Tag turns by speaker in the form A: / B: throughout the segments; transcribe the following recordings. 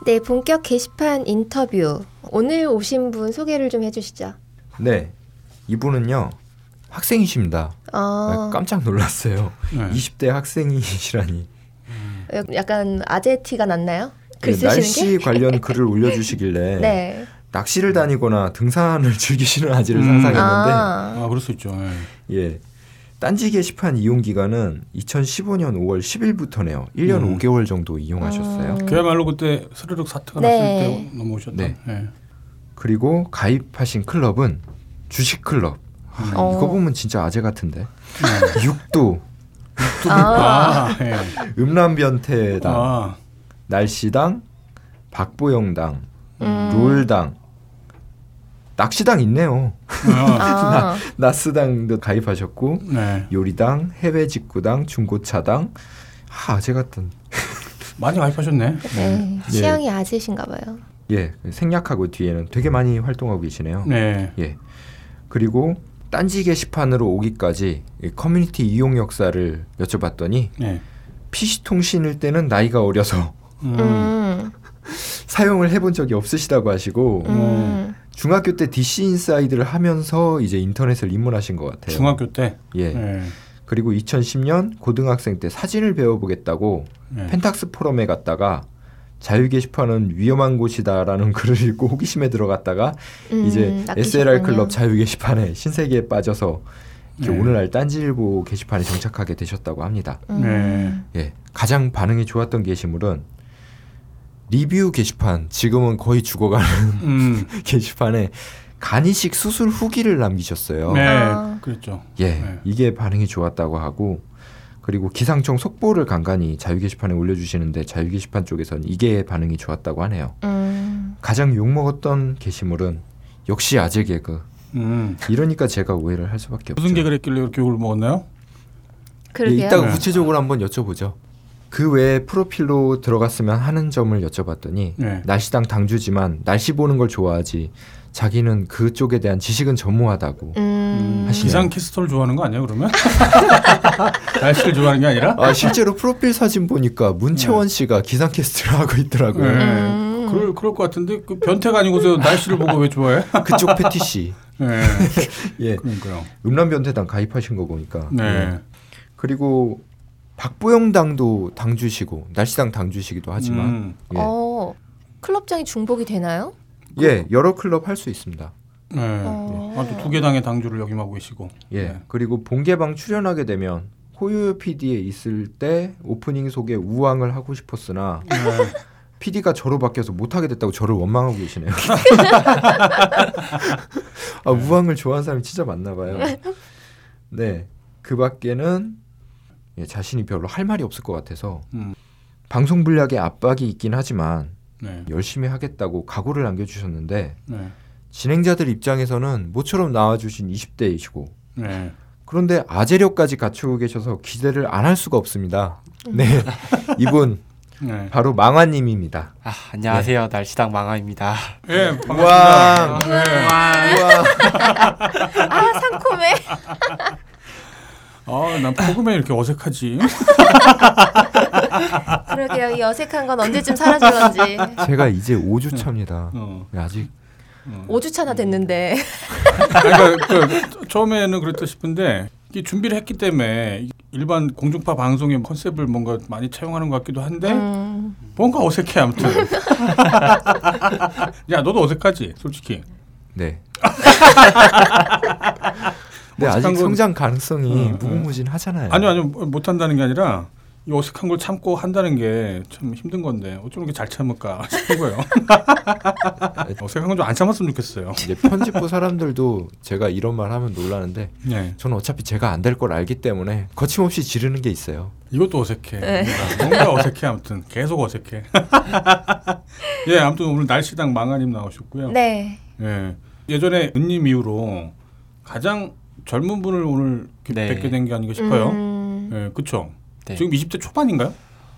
A: 네, 본격 게시판 인터뷰. 오늘 오신 분 소개를 좀 해주시죠.
B: 네, 이분은요 학생이십니다. 아,
A: 어,
B: 깜짝 놀랐어요.
C: 네.
B: 20대 학생이시라니.
A: 약간 아재 티가 났나요? 글
B: 네,
A: 쓰시는 게?
B: 날씨 관련 글을 올려주시길래
A: 네.
B: 낚시를 다니거나 등산을 즐기시는 아지를
C: 음.
B: 상상했는데
A: 아,
C: 아 그럴 수 있죠. 예.
B: 예. 딴지 게시판 이용 기간은 2015년 5월 10일부터네요. 1년
C: 음.
B: 5개월 정도 이용하셨어요.
A: 음.
C: 그야말로 그때 스르륵 사태가
A: 네.
C: 났을 때 넘어오셨던.
B: 네.
C: 예.
B: 그리고 가입하신 클럽은 주식 클럽. 아,
A: 어.
B: 이거 보면 진짜 아재 같은데.
C: 네.
B: 육도,
C: 아, 예.
B: 네. 음란변태당,
C: 아,
B: 날씨당, 박보영당,
A: 음.
B: 롤당, 낚시당 있네요.
C: 아,
A: 아,
B: 나스당도 가입하셨고
C: 네.
B: 요리당, 해외 직구당, 중고차당. 아, 아재 같은.
C: 많이 가입하셨네. 네.
B: 음,
A: 네. 취향이 아재신가 봐요.
B: 예, 생략하고 뒤에는 되게 많이 활동하고 계시네요.
C: 네.
B: 예. 그리고 딴지 게시판으로 오기까지 이 커뮤니티 이용 역사를 여쭤봤더니
C: 네.
B: PC 통신일 때는 나이가 어려서
C: 음.
A: 음.
B: 사용을 해본 적이 없으시다고 하시고
A: 음.
B: 중학교 때 DC 인사이드를 하면서 이제 인터넷을 입문하신 것 같아요.
C: 중학교 때.
B: 예.
C: 네.
B: 그리고 2010년 고등학생 때 사진을 배워보겠다고
C: 네.
B: 펜탁스 포럼에 갔다가 자유 게시판은 위험한 곳이다라는 글을 읽고 호기심에 들어갔다가
A: 음,
B: 이제
A: 낚이셨군요.
B: SLR 클럽 자유 게시판에 신세계에 빠져서 이렇게
C: 네.
B: 오늘날 딴지일보 게시판에 정착하게 되셨다고 합니다.
A: 음.
C: 네.
B: 예, 가장 반응이 좋았던 게시물은 리뷰 게시판 지금은 거의 죽어가는
C: 음.
B: 게시판에 간이식 수술 후기를 남기셨어요.
C: 네.
A: 아.
C: 그랬죠.
B: 예,
C: 네.
B: 이게 반응이 좋았다고 하고 그리고 기상청 속보를 간간히 자유 게시판에 올려주시는데 자유 게시판 쪽에선 이게 반응이 좋았다고 하네요.
A: 음.
B: 가장 욕 먹었던 게시물은 역시 아재 개그.
C: 음.
B: 이러니까 제가 오해를 할 수밖에 없죠.
C: 무슨 개그를 했길래 이렇게 욕을 먹었나요?
B: 예,
A: 그러게요.
B: 이따가
C: 네.
B: 구체적으로 한번 여쭤보죠. 그 외에 프로필로 들어갔으면 하는 점을 여쭤봤더니
C: 네.
B: 날씨당 당주지만 날씨 보는 걸 좋아하지 자기는 그쪽에 대한 지식은 전무하다고.
A: 음.
B: 하시-
C: 기상 캐스터를 좋아하는 거 아니에요? 그러면 날씨를 좋아하는 게 아니라?
B: 아 실제로 프로필 사진 보니까 문채원 씨가 기상캐스트를 하고 있더라고요.
C: 네.
A: 음.
C: 그럴 그럴 것 같은데 그 변태가 아니고서 날씨를 보고 왜 좋아해?
B: 그쪽 패티시.
C: 네.
B: 예.
C: 그러니까요.
B: 음란변태당 가입하신 거 보니까.
C: 네.
B: 예. 그리고 박보영당도 당주시고 날씨당 당주시기도 하지만
C: 음.
B: 예.
A: 어, 클럽장이 중복이 되나요?
B: 예, 여러 클럽 할 수 있습니다.
C: 네.
A: 어.
C: 아, 또 두 개 당의 당주를 역임하고 계시고.
B: 예.
C: 네.
B: 그리고 본개방 출연하게 되면 호요 PD에 있을 때 오프닝 속에 우왕을 하고 싶었으나
C: 네.
B: PD가 저로 바뀌어서 못하게 됐다고 저를 원망하고 계시네요. 아, 우왕을 좋아하는 사람이 진짜 많나 봐요. 네. 그 밖에는 예, 자신이 별로 할 말이 없을 것 같아서
C: 음.
B: 방송 분량의 압박이 있긴 하지만
C: 네.
B: 열심히 하겠다고 각오를 남겨주셨는데
C: 네.
B: 진행자들 입장에서는 모처럼 나와주신 20대이시고
C: 네.
B: 그런데 아재력까지 갖추고 계셔서 기대를 안 할 수가 없습니다. 네, 이분
C: 네.
B: 바로 망화님입니다.
D: 아, 안녕하세요. 날씨당 망아입니다.
C: 예, 반갑습니다.
B: 네. 우와.
C: 네.
A: 아, 상콤해.
C: 아, 난 포금에 이렇게 어색하지.
A: 그러게요. 이 어색한 건 언제쯤 사라질 건지.
B: 제가 이제 5주 차입니다. 네,
C: 어.
B: 아직
A: 5주 차나 됐는데.
C: 아니, 그러니까 그, 처음에는 그랬다 싶은데 이게 준비를 했기 때문에 일반 공중파 방송의 컨셉을 뭔가 많이 채용하는 것 같기도 한데
A: 음.
C: 뭔가 어색해 아무튼. 야, 너도 어색하지, 솔직히.
B: 네. 네
C: 어색한
B: 아직
C: 건-
B: 성장 가능성이
C: 응, 응.
D: 네.
B: 무궁무진하잖아요.
C: 아니요, 아니요, 못 한다는 게 아니라 이 어색한 걸 참고 한다는 게 참 힘든 건데 어쩜 이렇게 잘 참을까 싶은 거예요.
D: 네.
C: 어색한 건 좀 안 참았으면 좋겠어요.
B: 이제 편집부 사람들도 제가 이런 말 하면 놀라는데
C: 네,
B: 저는 어차피 제가 안 될 걸 알기 때문에 거침없이 지르는 게 있어요.
C: 이것도 어색해.
A: 네.
C: 뭔가 어색해 아무튼 계속 어색해. 예, 아무튼 오늘 날씨당 망아님 나오셨고요.
A: 네.
C: 예, 예전에 은님 이후로 가장 젊은 분을 오늘 이렇게
D: 네.
C: 뵙게 된 게 아닌가 싶어요.
A: 음.
C: 예, 그쵸.
D: 네.
C: 지금 20대 초반인가요?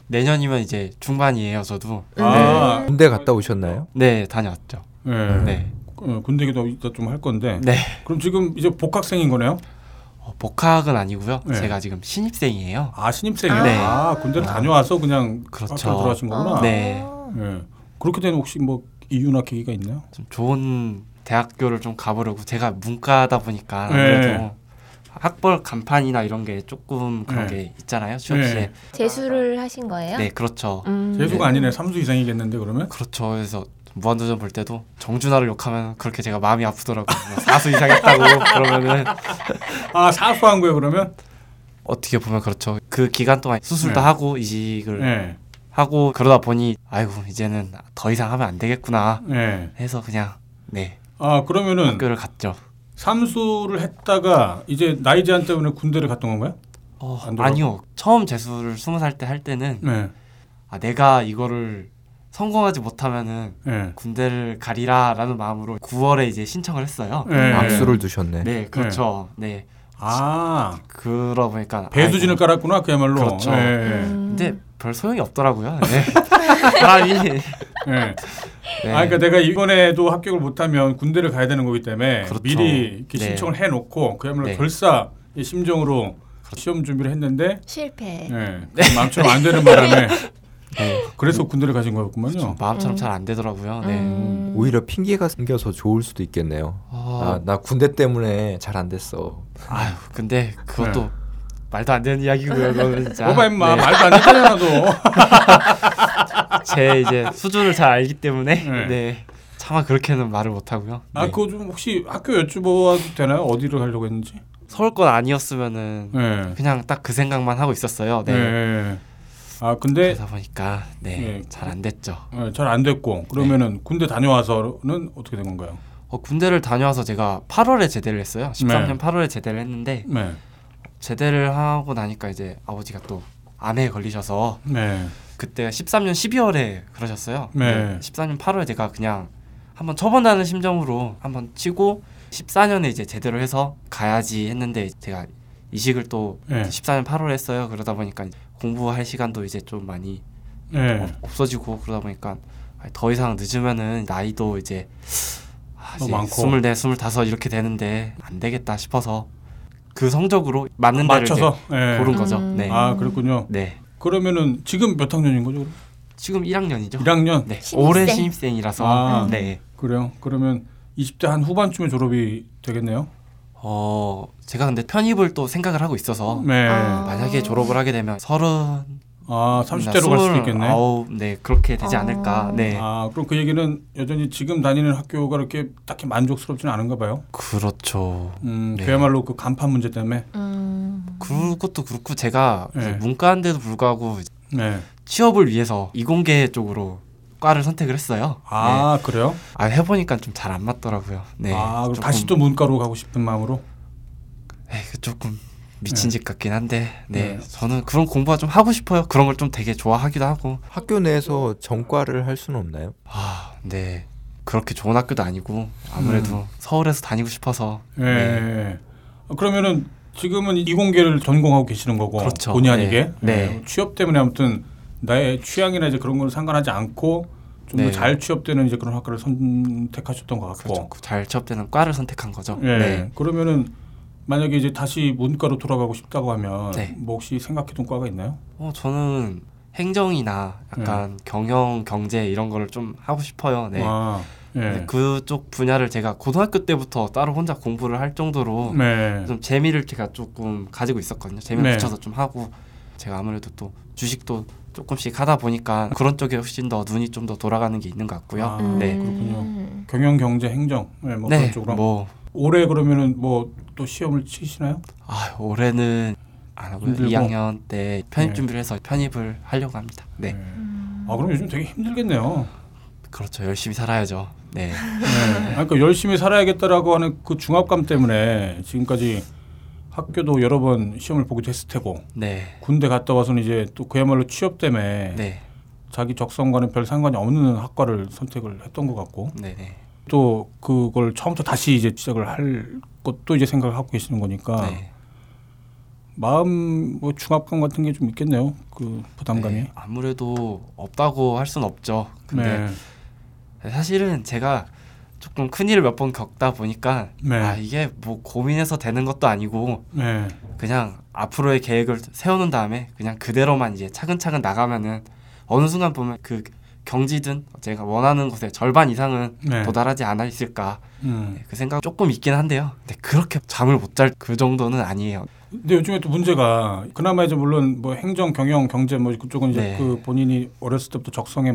D: 내년이면 이제 중반이에요, 저도.
A: 음.
C: 아,
B: 군대 갔다 오셨나요?
D: 네, 다녀왔죠.
C: 예.
D: 네.
C: 어, 군대 얘기도 이따 좀 할 건데.
D: 네.
C: 그럼 지금 이제 복학생인 거네요?
D: 어, 복학은 아니고요.
C: 네.
D: 제가 지금 신입생이에요.
C: 아 신입생이요?
D: 네.
C: 아 군대를 다녀와서 그냥
D: 그렇죠.
A: 아.
C: 학교 들어가신 거구나.
D: 네.
C: 예. 그렇게 되는 혹시 뭐 이유나 계기가 있나요?
D: 좀 좋은 대학교를 좀 가보려고 제가 문과다 보니까
C: 네.
D: 아무래도 학벌 간판이나 이런 게 조금 그런
C: 네.
D: 게 있잖아요 취업시에
A: 재수를 하신 거예요?
D: 네 그렇죠
A: 음.
C: 재수가 아니네 삼수 이상이겠는데 그러면
D: 그렇죠 그래서 무한도전 볼 때도 정준하를 욕하면 그렇게 제가 마음이 아프더라고요 뭐 사수 이상 했다고 그러면은
C: 아 사수한 거예요 그러면?
D: 어떻게 보면 그렇죠 그 기간 동안 수술도
C: 네.
D: 하고 이직을
C: 네.
D: 하고 그러다 보니 아이고 이제는 더 이상 하면 안 되겠구나
C: 네.
D: 해서 그냥 네
C: 아 그러면은
D: 학교를 갔죠
C: 삼수를 했다가 이제 나이 제한 때문에 군대를 갔던 건가요?
D: 어,
C: 안 돌아가-
D: 아니요 처음 재수를 스무 살 때 할 때는
C: 네.
D: 아 내가 이거를 성공하지 못하면은
C: 네.
D: 군대를 가리라라는 마음으로 9월에 이제 신청을 했어요.
C: 네.
B: 악수를 두셨네.
C: 예.
D: 네, 그렇죠. 네.
C: 아
D: 그러다 보니까
C: 배수진을
D: 아이고,
C: 깔았구나 그야말로.
D: 그렇죠.
C: 네.
A: 음.
D: 근데 별 소용이 없더라고요. 네. 사람이 네.
C: 네. 아, 그러니까 내가 이번에도 합격을 못하면 군대를 가야 되는 거기 때문에
D: 그렇죠.
C: 미리 이렇게
D: 네.
C: 신청을 해놓고 그야말로
D: 네. 그렇죠.
C: 결사의 심정으로 시험 준비를 했는데
A: 실패.
C: 네. 마음처럼 안 되는 바람에
D: 네. 그렇죠.
C: 그래서 군대를 가신
D: 좀
C: 거였구만요.
D: 네. 마음처럼
A: 음.
D: 잘 안 되더라고요. 네.
A: 음.
B: 오히려 핑계가 생겨서 좋을 수도 있겠네요.
D: 아,
B: 아, 나 군대 때문에 잘 안 됐어.
D: 아유, 근데 그것도 말도 안 되는 이야기고요. 그거는 진짜.
C: 뭐봐 네. 임마
D: 네.
C: 말도 안 되잖아 너.
D: 제 이제 수준을 잘 알기 때문에
C: 네.
D: 네. 차마 그렇게는 말을 못 하고요.
C: 아
D: 네.
C: 그거 좀 혹시 학교 여쭤봐도 되나요? 어디로 가려고 했는지?
D: 서울권 아니었으면은
C: 네.
D: 그냥 딱 그 생각만 하고 있었어요.
C: 네.
D: 네.
C: 아 근데
D: 그러다 보니까
C: 네.
D: 네 잘 안 됐죠.
C: 잘 안 됐고 그러면은
D: 네.
C: 군대 다녀와서는 어떻게 된 건가요?
D: 어, 군대를 다녀와서 제가 8월에 제대를 했어요. 13년 8월에 제대를 했는데
C: 네.
D: 제대를 하고 나니까 이제 아버지가 또 암에 걸리셔서
C: 네.
D: 그때 13년 12월에 그러셨어요.
C: 네.
D: 13년 8월에 제가 그냥 한번 쳐본다는 심정으로 한번 치고 14년에 이제 제대를 해서 가야지 했는데 제가 이식을 또
C: 네.
D: 14년 8월에 했어요. 그러다 보니까 공부할 시간도 이제 좀 많이
C: 네.
D: 없- 없어지고 그러다 보니까 아니, 더 이상 늦으면은 나이도 이제 아,
C: 너무
D: 이제
C: 많고.
D: 24, 25 이렇게 되는데 안 되겠다 싶어서 그 성적으로 맞는 데를
C: 맞춰서.
D: 이제
C: 네.
D: 고른 거죠.
A: 음.
D: 네.
C: 아 그렇군요.
D: 네.
C: 그러면은 지금 몇 학년인 거죠? 그럼?
D: 지금 1학년이죠.
C: 1학년.
D: 네.
A: 신입생.
D: 올해 신입생이라서
C: 아.
D: 네.
C: 그래요. 그러면 20대 한 후반쯤에 졸업이 되겠네요.
D: 어, 제가 근데 편입을 또 생각을 하고 있어서
C: 네.
A: 아.
D: 만약에 졸업을 하게 되면 서른
C: 아 30대로 갈 수도 있겠네.
D: 아홉 네 그렇게 되지
A: 아.
D: 않을까. 네
C: 아 그럼 그 얘기는 여전히 지금 다니는 학교가 그렇게 딱히 만족스럽지는 않은가 봐요.
D: 그렇죠.
C: 음,
D: 네.
C: 그야말로 그 간판 문제 때문에.
A: 음.
D: 그것도 그렇고 제가
C: 네.
D: 문과인데도 불구하고
C: 네.
D: 취업을 위해서 이공계 쪽으로 과를 선택을 했어요. 네.
C: 아 그래요?
D: 아, 해보니까 좀 잘 안 맞더라고요. 네.
C: 아 그럼 다시 또 문과로 가고 싶은 마음으로.
D: 에이, 그 조금 미친 짓 같긴 한데, 네.
C: 네.
D: 저는 그런 공부가 좀 하고 싶어요. 그런 걸 좀 되게 좋아하기도 하고,
B: 학교 내에서 전과를 할 수는 없나요?
D: 아, 네. 그렇게 좋은 학교도 아니고 아무래도 서울에서 다니고 싶어서
C: 음.
D: 네.
C: 예. 아, 그러면은 지금은 이공계를 전공하고 계시는 거고
D: 그렇죠.
C: 본의
D: 네.
C: 아니게
D: 네.
C: 예, 취업 때문에 아무튼 나의 취향이나 이제 그런 건 상관하지 않고 좀
D: 네.
C: 더 잘 취업되는 이제 그런 학과를 선택하셨던 것 같고.
D: 그렇죠. 잘 취업되는 과를 선택한 거죠.
C: 뭐. 예.
D: 네.
C: 그러면은 만약에 이제 다시 문과로 돌아가고 싶다고 하면
D: 네.
C: 뭐 혹시 생각해둔 과가 있나요?
D: 어, 저는 행정이나
C: 예.
D: 약간 경영, 경제 이런 거를 좀 하고 싶어요. 네.
C: 아, 예.
D: 근데 그쪽 분야를 제가 고등학교 때부터 따로 혼자 공부를 할 정도로
C: 네.
D: 좀 재미를 제가 조금 가지고 있었거든요. 재미를
C: 네.
D: 붙여서 좀 하고 제가 아무래도 또 주식도 조금씩 하다 보니까 그런 쪽에 훨씬 더 눈이 좀 더 돌아가는 게 있는 것 같고요.
C: 아,
D: 네.
C: 그렇군요.
A: 음.
C: 경영, 경제, 행정, 예, 뭐
D: 네,
C: 그런 쪽으로.
D: 뭐
C: 올해 그러면은 뭐 또 시험을 치시나요?
D: 아, 올해는 안 하고요.
C: 힘들고.
D: 2학년 때 편입
C: 네.
D: 준비를 해서 편입을 하려고 합니다.
C: 예.
D: 네,
C: 아 그럼 요즘 되게 힘들겠네요.
D: 그렇죠. 열심히 살아야죠. 네,
C: 네. 아, 그러니까 열심히 살아야겠다라고 하는 그 중압감 때문에 지금까지 학교도 여러 번 시험을 보기도 했을 테고
D: 네,
C: 군대 갔다 와서는 이제 또 그야말로 취업 때문에
D: 네,
C: 자기 적성과는 별 상관이 없는 학과를 선택을 했던 것 같고
D: 네, 네.
C: 또 그걸 처음부터 다시 이제 시작을 할 것도 이제 생각을 하고 계시는 거니까
D: 네.
C: 마음 뭐 중압감 같은 게 좀 있겠네요 그 부담감이
D: 네, 아무래도 없다고 할 수는 없죠. 근데
C: 네.
D: 사실은 제가 조금 큰 일을 몇 번 겪다 보니까
C: 네.
D: 아 이게 뭐 고민해서 되는 것도 아니고
C: 네.
D: 그냥 앞으로의 계획을 세우는 다음에 그냥 그대로만 이제 차근차근 나가면은 어느 순간 보면 그 경지든 제가 원하는 것의 절반 이상은
C: 네.
D: 도달하지 않았을까
C: 음.
D: 네, 그 생각 조금 있긴 한데요. 근데 그렇게 잠을 못 잘 그 정도는 아니에요.
C: 근데 요즘에 또 문제가 그나마 이제 물론 뭐 행정, 경영, 경제 뭐 그쪽은 이제
D: 네.
C: 그 본인이 어렸을 때부터 적성에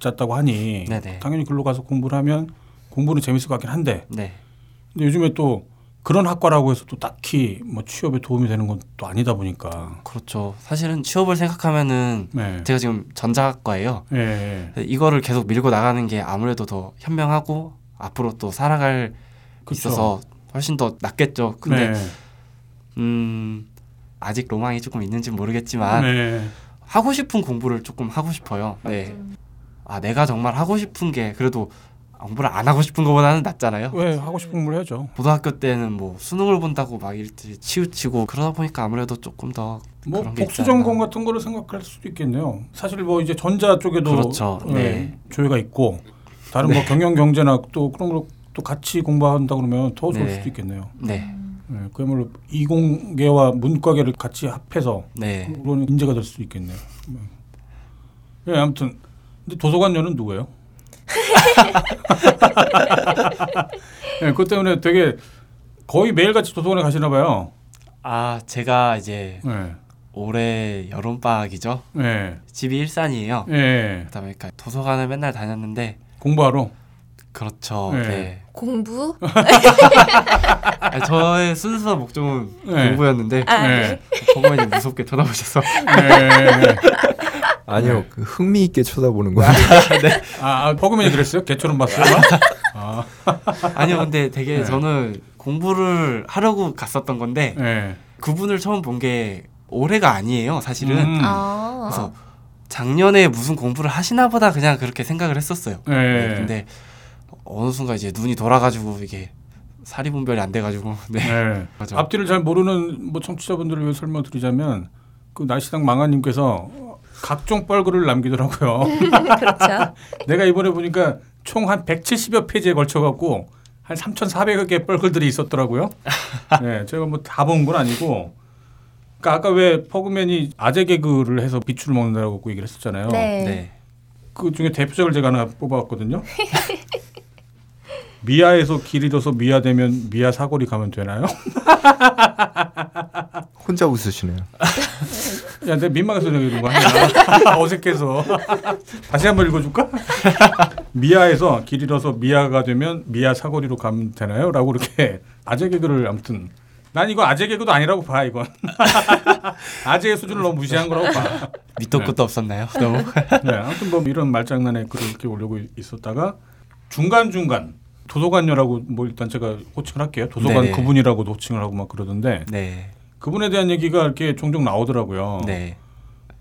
C: 맞았다고 하니
D: 네네.
C: 당연히 글로 가서 공부를 하면 공부는 재밌을 것 같긴 한데
D: 네.
C: 근데 요즘에 또 그런 학과라고 해서 또 딱히 뭐 취업에 도움이 되는 건 또 아니다 보니까
D: 그렇죠. 사실은 취업을 생각하면은
C: 네.
D: 제가 지금 전자학과예요.
C: 예, 예.
D: 그래서 이거를 계속 밀고 나가는 게 아무래도 더 현명하고 앞으로 또 살아갈
C: 그쵸.
D: 있어서 훨씬 더 낫겠죠. 근데
C: 네.
D: 음 아직 로망이 조금 있는지 모르겠지만
C: 네.
D: 하고 싶은 공부를 조금 하고 싶어요. 네. 아 내가 정말 하고 싶은 게 그래도 공부를 안 하고 싶은 것보다는 낫잖아요.
C: 왜 하고 싶은 걸 해야죠.
D: 고등학교 때는 뭐 수능을 본다고 막 일들이 치우치고 그러다 보니까 아무래도 조금 더
C: 뭐
D: 그런 게
C: 복수
D: 있지 않나.
C: 전공 같은 거를 생각할 수도 있겠네요. 사실 뭐 이제 전자 쪽에도
D: 그렇죠.
C: 예,
D: 네.
C: 조회가 있고 다른 뭐 경영 경제나 또 그런 걸 또 같이 공부한다 그러면 더 좋을
D: 네.
C: 수도 있겠네요.
D: 네.
C: 예, 그야말로 이공계와 문과계를 같이 합해서
D: 네.
C: 그런 인재가 될 수도 있겠네요. 예, 아무튼 근데 도서관료는 누구예요? 예, 그것 때문에 되게 거의 매일같이 도서관에 가시나 봐요.
D: 아 제가 이제
C: 예.
D: 올해 여름 방학이죠.
C: 예.
D: 집이 일산이에요.
C: 예.
D: 그러다 보니까 도서관을 맨날 다녔는데
C: 공부하러.
D: 그렇죠.
C: 네.
D: 네.
A: 공부?
C: 음.
D: 아, 저의 순수한 목적은
C: 네.
D: 공부였는데
A: 아, 네.
C: 예.
D: 정말 무섭게 쳐다보셔서
C: 예.
B: 아니요
C: 네.
B: 그 흥미 있게 쳐다보는 거예요.
C: 아, 아, 버그맨이 그랬어요? 개처럼 봤어요? 아,
D: 아니요 근데 되게
C: 네.
D: 저는 공부를 하려고 갔었던 건데
C: 예.
D: 그분을 처음 본 게 올해가 아니에요 사실은
C: 음.
A: 아.
D: 그래서 작년에 무슨 공부를 하시나 보다 그냥 그렇게 생각을 했었어요
C: 예.
D: 네, 근데 어느 순간 이제 눈이 돌아가지고 이게 사리 분별이 안 돼가지고 네
C: 예.
D: 맞아.
C: 앞뒤를 잘 모르는 뭐 청취자분들을 위해 설명드리자면 그 날씨당 망아님께서 각종 뻘글을 남기더라고요.
A: 그렇죠.
C: 내가 이번에 보니까 총 한 170여 페이지에 걸쳐갖고 한 3,400여 개 뻘글들이 있었더라고요. 네, 제가 뭐 다 본 건 아니고. 그러니까 아까 왜 퍼그맨이 아재 개그를 해서 비추를 먹는다고 그 얘기를 했었잖아요.
A: 네.
D: 네.
C: 그 중에 대표작을 제가 하나 뽑아왔거든요. 미아에서 길 잃어서 미아 되면 미아 사거리 가면 되나요?
B: 혼자 웃으시네요.
C: 야, 내가 민망해서 내가 이런 거 하냐. 어색해서. 다시 한번 읽어줄까? 미아에서 길 잃어서 미아가 되면 미아 사거리로 가면 되나요? 라고 이렇게 아재 개그를 아무튼 난 이거 아재 개그도 아니라고 봐 이건. 아재의 수준을 너무 무시한 거라고 봐.
D: 밑도
C: 네.
D: 끝도 없었나요 너무
C: 네, 아무튼 뭐 이런 말장난에 글을 이렇게 올리고 있었다가 중간 중간 도서관녀라고 뭐 일단 제가 호칭을 할게요. 도서관
D: 네네.
C: 그분이라고도 호칭을 하고 막 그러던데
D: 네
C: 그분에 대한 얘기가 이렇게 종종 나오더라고요.
D: 네.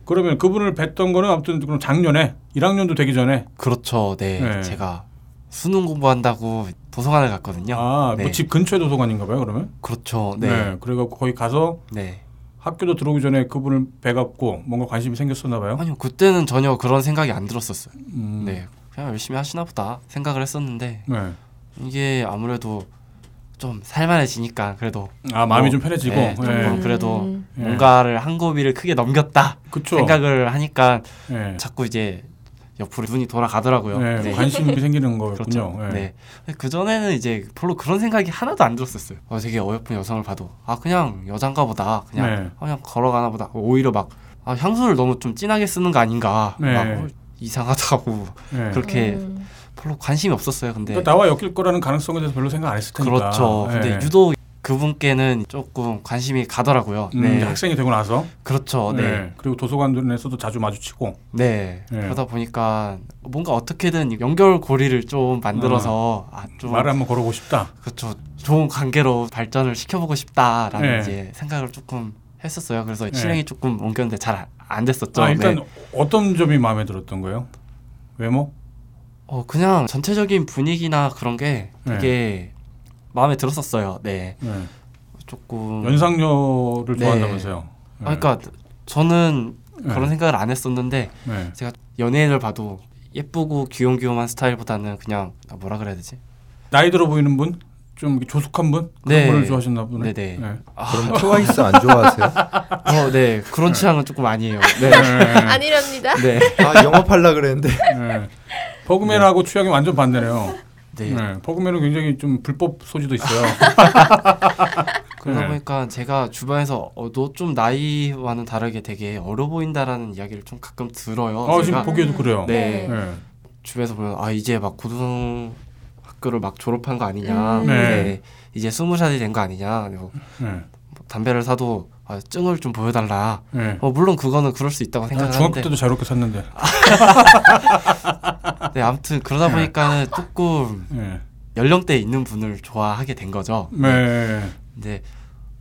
C: 그러면 그분을 뵀던 거는 아무튼 그럼 작년에 1학년도 되기 전에
D: 그렇죠. 네.
C: 네.
D: 제가 수능 공부한다고 도서관을 갔거든요.
C: 아,
D: 네.
C: 뭐집 근처에 도서관인가 봐요, 그러면?
D: 그렇죠. 네.
C: 그래갖고 거기 가서
D: 네.
C: 학교도 들어오기 전에 그분을 뵈갖고 뭔가 관심이 생겼었나 봐요.
D: 아니요. 그때는 전혀 그런 생각이 안 들었었어요.
C: 음,
D: 네. 그냥 열심히 하시나 보다 생각을 했었는데
C: 네.
D: 이게 아무래도 좀 살만해지니까 그래도
C: 아, 마음이
D: 뭐,
C: 좀 편해지고.
D: 네,
C: 예.
D: 조금. 그래도
A: 음.
C: 예.
D: 뭔가를 한 고비를 크게 넘겼다
C: 그쵸.
D: 생각을 하니까
C: 예.
D: 자꾸 이제 옆으로 눈이 돌아가더라고요. 네.
C: 예, 관심이 생기는 거였군요.
D: 그렇죠.
C: 예.
D: 네. 그 전에는 이제 별로 그런 생각이 하나도 안 들었었어요. 어, 되게 어여쁜 여성을 봐도 아 그냥 여잔가 보다 그냥
C: 네.
D: 아, 그냥 걸어가나 보다 오히려 막 아, 향수를 너무 좀 진하게 쓰는 거 아닌가
C: 네.
D: 막 어, 이상하다고
C: 예.
D: 그렇게
A: 음.
D: 별로 관심이 없었어요. 근데
C: 그러니까 나와 엮일 거라는 가능성에 대해서 별로 생각 안 했을 테니까.
D: 네. 그렇죠. 근데
C: 예.
D: 유독 그분께는 조금 관심이 가더라고요.
C: 음,
D: 네.
C: 이제 학생이 되고 나서.
D: 그렇죠. 네.
C: 예. 그리고 도서관에서도 자주 마주치고.
D: 네.
C: 네.
D: 그러다 보니까 뭔가 어떻게든 연결고리를 좀
C: 음.
D: 만들어서 아, 좀
C: 말을 한번 걸어보고 싶다.
D: 그렇죠. 좋은 관계로 발전을 시켜보고 싶다라는
C: 네.
D: 이제 생각을 조금 했었어요. 그래서
C: 네.
D: 실행이 조금 옮겼는데 잘 안 됐었죠.
C: 아, 일단
D: 네.
C: 어떤 점이 마음에 들었던 거예요? 외모?
D: 어, 그냥 전체적인 분위기나 그런 게
C: 네.
D: 되게 마음에 들었었어요. 네,
C: 예.
D: 조금.
C: 연상녀를
D: 음. 네.
C: 좋아한다면서요. 예.
D: 아, 그러니까 저는
C: 네.
D: 그런 생각을 안 했었는데
C: 예.
D: 연예인을 봐도 예쁘고 귀염귀염한 스타일보다는 그냥 아, 뭐라 그래야 되지?
C: 나이 들어 보이는 분? 좀 이렇게 조숙한 분 그런
D: 네.
C: 분을 좋아하셨나 보네. 네.
D: 네네.
B: 그럼 트와이스 안 좋아하세요?
D: 어, 네. 그런 취향은 조금 아니에요. 네.
C: 네.
A: 아니랍니다.
D: 네.
B: 아 영업하려 그랬는데
C: 네. 버그맨하고 취향이 완전 반대네요.
D: 네.
C: 네, 버그맨은 굉장히 좀 불법 소지도 있어요.
D: 그러다
C: 네.
D: 보니까 제가 주변에서 어, 너 좀 나이와는 다르게 되게 어려 보인다라는 이야기를 좀 가끔 들어요.
C: 아 지금
D: 제가
C: 보기에도 그래요.
D: 네.
C: 네.
D: 주변에서 보면 아 이제 막 고등학교를 막 졸업한 거 아니냐.
A: 음.
C: 네.
D: 이제 스무 살이 된 거 아니냐. 그리고
C: 네.
D: 뭐 담배를 사도 아, 증을 좀 보여달라.
C: 네.
D: 어, 물론 그거는 그럴 수 있다고
C: 나
D: 생각하는데. 아.
C: 중학교 때도 자유롭게 샀는데.
D: 네, 아무튼 그러다 보니까 조금
C: 네.
D: 연령대에 있는 분을 좋아하게 된 거죠.
C: 네.
D: 근데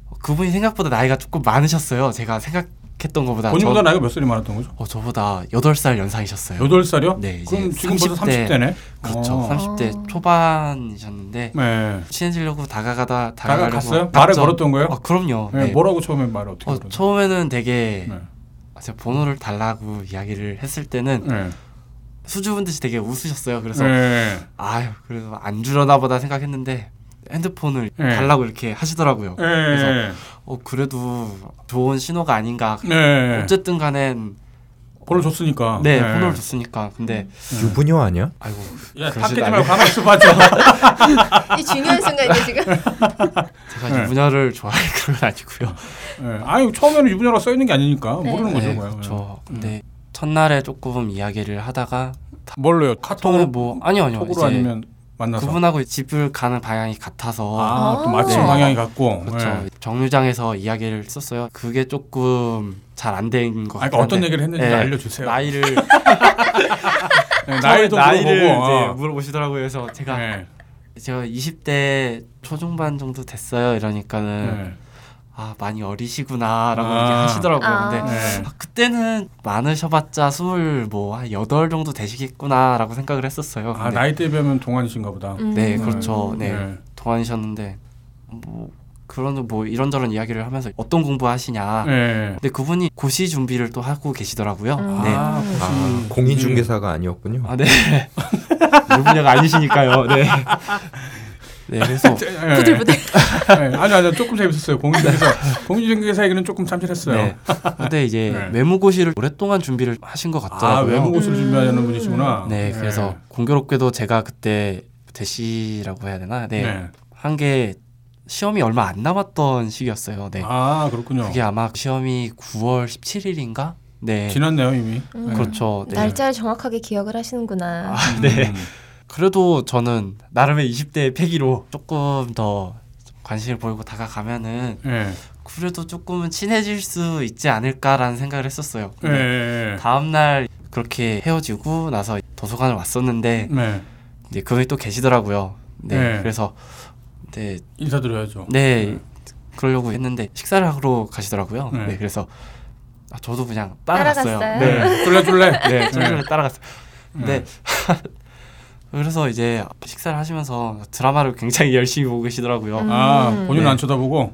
D: 어, 그분이 생각보다 나이가 조금 많으셨어요. 제가 생각했던 것보다
C: 본인보다 나이가 몇 살이 많았던 거죠?
D: 어, 저보다 8살 연상이셨어요.
C: 여덟 살이요?
D: 네, 이제
C: 그럼 지금 벌써
D: 30대
C: 30대네.
D: 그렇죠.
C: 어.
D: 30대 초반이셨는데
C: 네.
D: 친해지려고 다가가다 다가가려고
C: 다가갔어요? 말을
D: 갔죠.
C: 걸었던 거예요?
D: 아, 그럼요.
C: 네.
D: 네.
C: 뭐라고 처음에 말을 어떻게
D: 어,
C: 걸었어요?
D: 처음에는 되게
C: 네.
D: 아, 제가 번호를 달라고 이야기를 했을 때는
C: 네.
D: 수줍은 듯이 되게 웃으셨어요. 그래서
C: 네.
D: 아유 그래서 안 주려나 보다 생각했는데 핸드폰을
C: 네.
D: 달라고 이렇게 하시더라고요. 그래서
C: 네.
D: 어 그래도 좋은 신호가 아닌가.
C: 네. 아,
D: 어쨌든 간엔
C: 번호 줬으니까.
D: 네, 번호를 줬으니까 근데
B: 유부녀 아니야?
D: 아이고
C: 야,
D: 그러진
C: 닦이지
D: 않아요.
C: 말고 가만히 있어 봐줘.
A: 이 중요한 순간이에요 지금.
D: 제가
C: 네.
D: 유부녀를 좋아할 그런 건 아니고요.
C: 네. 아니, 처음에는 유부녀라고 써 있는 게 아니니까
A: 네.
C: 모르는 거죠, 뭐야.
D: 그렇죠. 근데 첫날에 조금 이야기를 하다가
C: 뭘로요?
D: 처음에
C: 카톡으로
D: 뭐 아니요 아니요
C: 톡으로
D: 이제
C: 아니면 만나서.
D: 그분하고 집을 가는 방향이 같아서
C: 아, 또 맞춤
D: 네.
C: 방향이 같고.
D: 그렇죠.
C: 네.
D: 정류장에서 이야기를 썼어요. 그게 조금 잘 안 된것
C: 아,
D: 같아요.
C: 그러니까 어떤 얘기를 했는지 알려주세요.
D: 나이를 아,
C: 네, 나이도
D: 나이를
C: 물어보고.
D: 이제
C: 어.
D: 물어보시더라고요. 그래서 제가
C: 네.
D: 제가 20대 초중반 정도 됐어요. 이러니까는
C: 네.
D: 아 많이 어리시구나라고
C: 아.
D: 이렇게 하시더라고요.
A: 아.
D: 근데
C: 네.
D: 아, 그때는 많으셔봤자 스물 뭐한 여덟 정도 되시겠구나라고 생각을 했었어요.
C: 아,
D: 근데
C: 나이 대비하면 동안이신가 보다.
A: 음.
D: 네, 그렇죠. 네.
C: 네.
D: 동안이셨는데 뭐 그런 뭐 이런저런 이야기를 하면서 어떤 공부하시냐.
C: 네.
D: 근데 그분이 고시 준비를 또 하고 계시더라고요.
A: 음.
D: 네.
C: 아,
B: 아,
C: 무슨 음.
B: 공인중개사가 아니었군요.
D: 아, 네. 유부녀가 아니시니까요. 네. 네, 그래서
C: 네.
A: 부들부들.
C: 네. 아니 아니 조금 재밌었어요. 공인중개사 공인중개사 얘기는 조금 참신했어요.
D: 네. 근데 이제
C: 네.
D: 외무고시를 오랫동안 준비를 하신 것
C: 아
D: 같더라고요.
C: 외무고시를
A: 음.
C: 준비하는 분이시구나. 예.
D: 네, 그래서 공교롭게도 제가 그때 대시라고 해야 되나?
C: 네.
D: 네. 한 게 시험이 얼마 안 남았던 시기였어요. 네.
C: 아 그렇군요.
D: 그게 아마 시험이 9월 17일인가? 네.
C: 지났네요 이미.
A: 음.
C: 네.
D: 그렇죠. 네.
A: 날짜를 정확하게 기억을 하시는구나.
D: 아,
C: 음.
D: 네. 그래도 저는 나름의 20대의 패기로 조금 더 관심을 보이고 다가가면은
C: 네.
D: 그래도 조금은 친해질 수 있지 않을까라는 생각을 했었어요.
C: 네. 네.
D: 다음 날 그렇게 헤어지고 나서 도서관을 왔었는데
C: 네.
D: 이제 그분이 또 계시더라고요. 네.
C: 네. 어,
D: 그래서 네,
C: 인사드려야죠.
D: 네 그러려고 했는데 식사를 하러 가시더라고요.
C: 네.
D: 네, 그래서 아, 저도 그냥 따라갔어요.
A: 따라갔어요?
D: 네.
C: 네. 쫄래쫄래.
D: 네, 저
C: 네.
D: 를 따라갔어요. 근데 그래서 이제 식사를 하시면서 드라마를 굉장히 열심히 보고 계시더라고요.
A: 음.
C: 아 본인
D: 네.
C: 안 쳐다보고.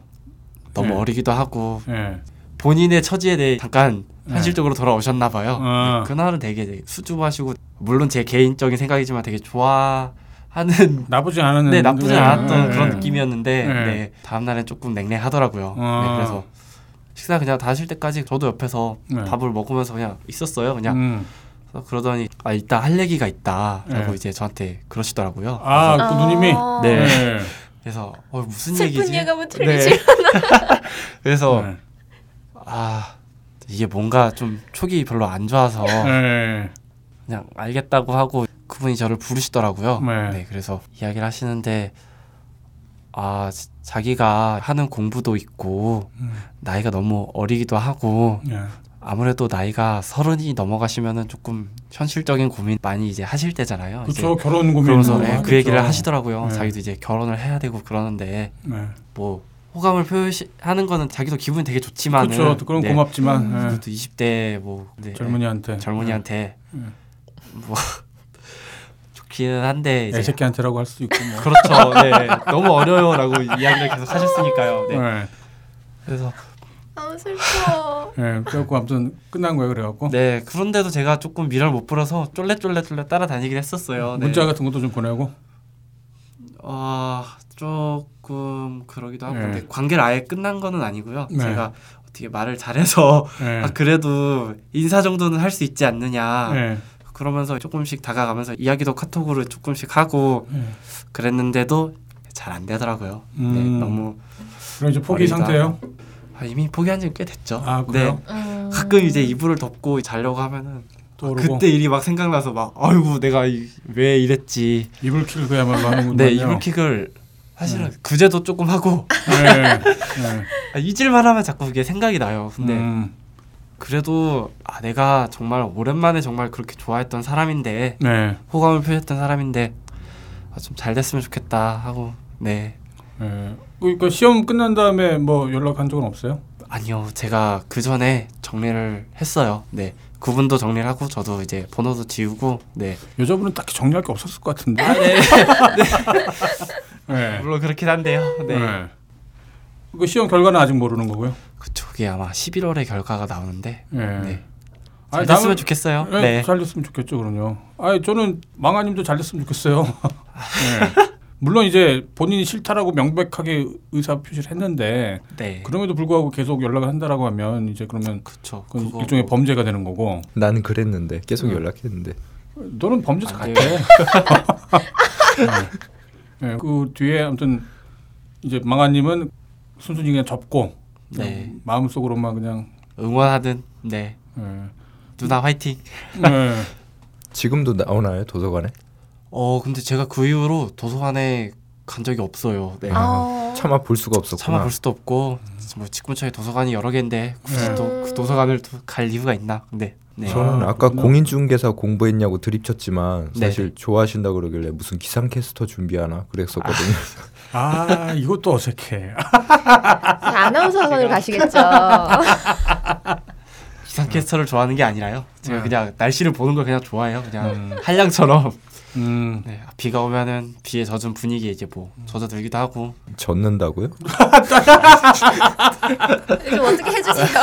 D: 너무
C: 네.
D: 어리기도 하고
C: 네.
D: 본인의 처지에 대해 잠깐
C: 네.
D: 현실적으로 돌아오셨나 봐요.
C: 아.
D: 네, 그날은 되게 수줍어하시고 물론 제 개인적인 생각이지만 되게 좋아하는
C: 나쁘지 않은.
D: 네 나쁘지 않았던
C: 네.
D: 그런
C: 네.
D: 느낌이었는데
C: 네.
D: 네. 다음 날엔 조금 냉랭하더라고요.
C: 아.
D: 네, 그래서 식사 그냥 다 하실 때까지 저도 옆에서
C: 네.
D: 밥을 먹으면서 그냥 있었어요. 그냥
C: 음.
D: 그래서 그러더니 아 일단 할 얘기가 있다라고
C: 네.
D: 이제 저한테 그러시더라고요.
C: 아, 그 누님이.
D: 네.
C: 네.
D: 그래서 어, 무슨
A: 슬픈
D: 얘기지?
A: 예감은
D: 네.
A: 틀리지.
D: 그래서
C: 네.
D: 아 이게 뭔가 좀 촉이 별로 안 좋아서
C: 네.
D: 그냥 알겠다고 하고 그분이 저를 부르시더라고요.
C: 네.
D: 네. 그래서 이야기를 하시는데 아 자- 자기가 하는 공부도 있고
C: 음.
D: 나이가 너무 어리기도 하고
C: 네.
D: 아무래도 나이가 서른이 넘어가시면은 조금 현실적인 고민 많이 이제 하실 때잖아요. 이제
C: 그렇죠. 결혼 고민.
D: 그러면서
A: 음,
D: 예,
C: 하겠죠.
D: 그 얘기를 하시더라고요.
C: 네.
D: 자기도 이제 결혼을 해야 되고 그러는데
C: 네.
D: 뭐 호감을 표시하는 거는 자기도 기분이 되게 좋지만은
C: 그렇죠. 그건
D: 네,
C: 고맙지만
A: 음.
C: 예.
D: 그것도 20대 뭐 네,
C: 젊은이한테
D: 젊은이한테
C: 음.
D: 뭐 좋기는 한데 이제
C: 예. 네, 애새끼한테라고 할 수도 있고 뭐.
D: 그렇죠. 네. 너무 어려요라고 이야기를 계속 하셨으니까요. 네.
C: 네.
D: 그래서
A: 아 슬퍼.
C: 네. 그래갖고 아무튼 끝난 거예요. 그래갖고
D: 네 그런데도 제가 조금 미련을 못 부려서 쫄래쫄래쫄래 따라다니긴 했었어요. 네.
C: 문자 같은 것도 좀 보내고
D: 아 조금 그러기도 하고
C: 네.
D: 근데 관계를 아예 끝난 거는 아니고요.
C: 네.
D: 제가 어떻게 말을 잘해서
C: 네.
D: 아, 그래도 아. 인사 정도는 할 수 있지 않느냐
C: 네.
D: 그러면서 조금씩 다가가면서 이야기도 카톡으로 조금씩 하고
C: 네.
D: 그랬는데도 잘 안 되더라고요. 네,
C: 음.
D: 너무
C: 그럼 이제 포기
D: 어리다.
C: 상태예요?
D: 아, 이미 포기한 지 꽤 됐죠.
C: 아, 그래요?
D: 네,
A: 음.
D: 가끔 이제 이불을 덮고 자려고 하면은 아,
C: 떠오르고
D: 그때 일이 막 생각나서 막 아이고 내가 이- 왜 이랬지.
C: 이불킥을 그야말로 하는군요. 음.
D: 네 이불킥을 사실은 구제도 조금 하고
C: 네. 네.
D: 아, 잊을만 하면 자꾸 그게 생각이 나요. 근데
C: 음.
D: 그래도 아 내가 정말 오랜만에 정말 그렇게 좋아했던 사람인데
C: 네.
D: 호감을 표했던 사람인데 아, 좀 잘 됐으면 좋겠다 하고 네
C: 네. 그러니까 시험 끝난 다음에 뭐 연락한 적은 없어요?
D: 아니요 제가 그 전에 정리를 했어요. 네 구분도 정리를 하고 저도 이제 번호도 지우고 네
C: 여자분은 딱히 정리할 게 없었을 것 같은데.
D: 아,
C: 네.
D: 물론 그렇긴 한데요. 네,
C: 네. 그 시험 결과는 아직 모르는 거고요.
D: 그쪽이 아마 11월에 결과가 나오는데
C: 네.
D: 네. 잘
C: 아니,
D: 됐으면
C: 다음은-
D: 좋겠어요.
C: 네,
D: 네.
C: 잘 됐으면 좋겠죠, 그럼요. 아니, 저는 망아님도 잘 됐으면 좋겠어요. 네. 물론 이제 본인이 싫다라고 명백하게 의사 표시를 했는데
D: 네.
C: 그럼에도 불구하고 계속 연락을 한다라고 하면 이제 그러면
D: 그렇죠.
C: 그건 일종의 범죄가 되는 거고
B: 나는 그랬는데 계속
C: 음.
B: 연락했는데
C: 너는 범죄자 같아.
D: 안
C: 네. 네, 그 뒤에 아무튼 이제 망아님은 순순히 그냥 접고 그냥
D: 네.
C: 마음속으로만 그냥
D: 응원하든 네
C: 네.
D: 누나 화이팅.
C: 네.
B: 지금도 나오나요 도서관에?
D: 어 근데 제가 그 이후로 도서관에 간 적이 없어요. 네.
A: 아,
B: 차마 볼 수가
D: 참아
B: 없었구나.
D: 볼 수도 없고 뭐 직군처에 도서관이 여러 개인데 굳이
C: 네.
D: 또 그 도서관을 또 갈 이유가 있나? 근데 네.
C: 저-
B: 저는
C: 아,
B: 아까
C: 그렇구나.
B: 공인중개사 공부했냐고 드립쳤지만 사실
D: 네네.
B: 좋아하신다 그러길래 무슨 기상캐스터 준비하나 그랬었거든요.
C: 아 이것도 어색해.
A: 아나운서 학원을 가시겠죠.
D: 기상캐스터를 좋아하는 게 아니라요. 제가
C: 네.
D: 그냥 날씨를 보는 걸 그냥 좋아해요. 그냥
C: 음.
D: 한량처럼.
C: 음.
D: 네. 비가 오면은 비에 젖은 분위기에 이제 뭐 젖어들기도 하고.
C: 아.
B: 젖는다고요?
A: 좀 어떻게 해주세요.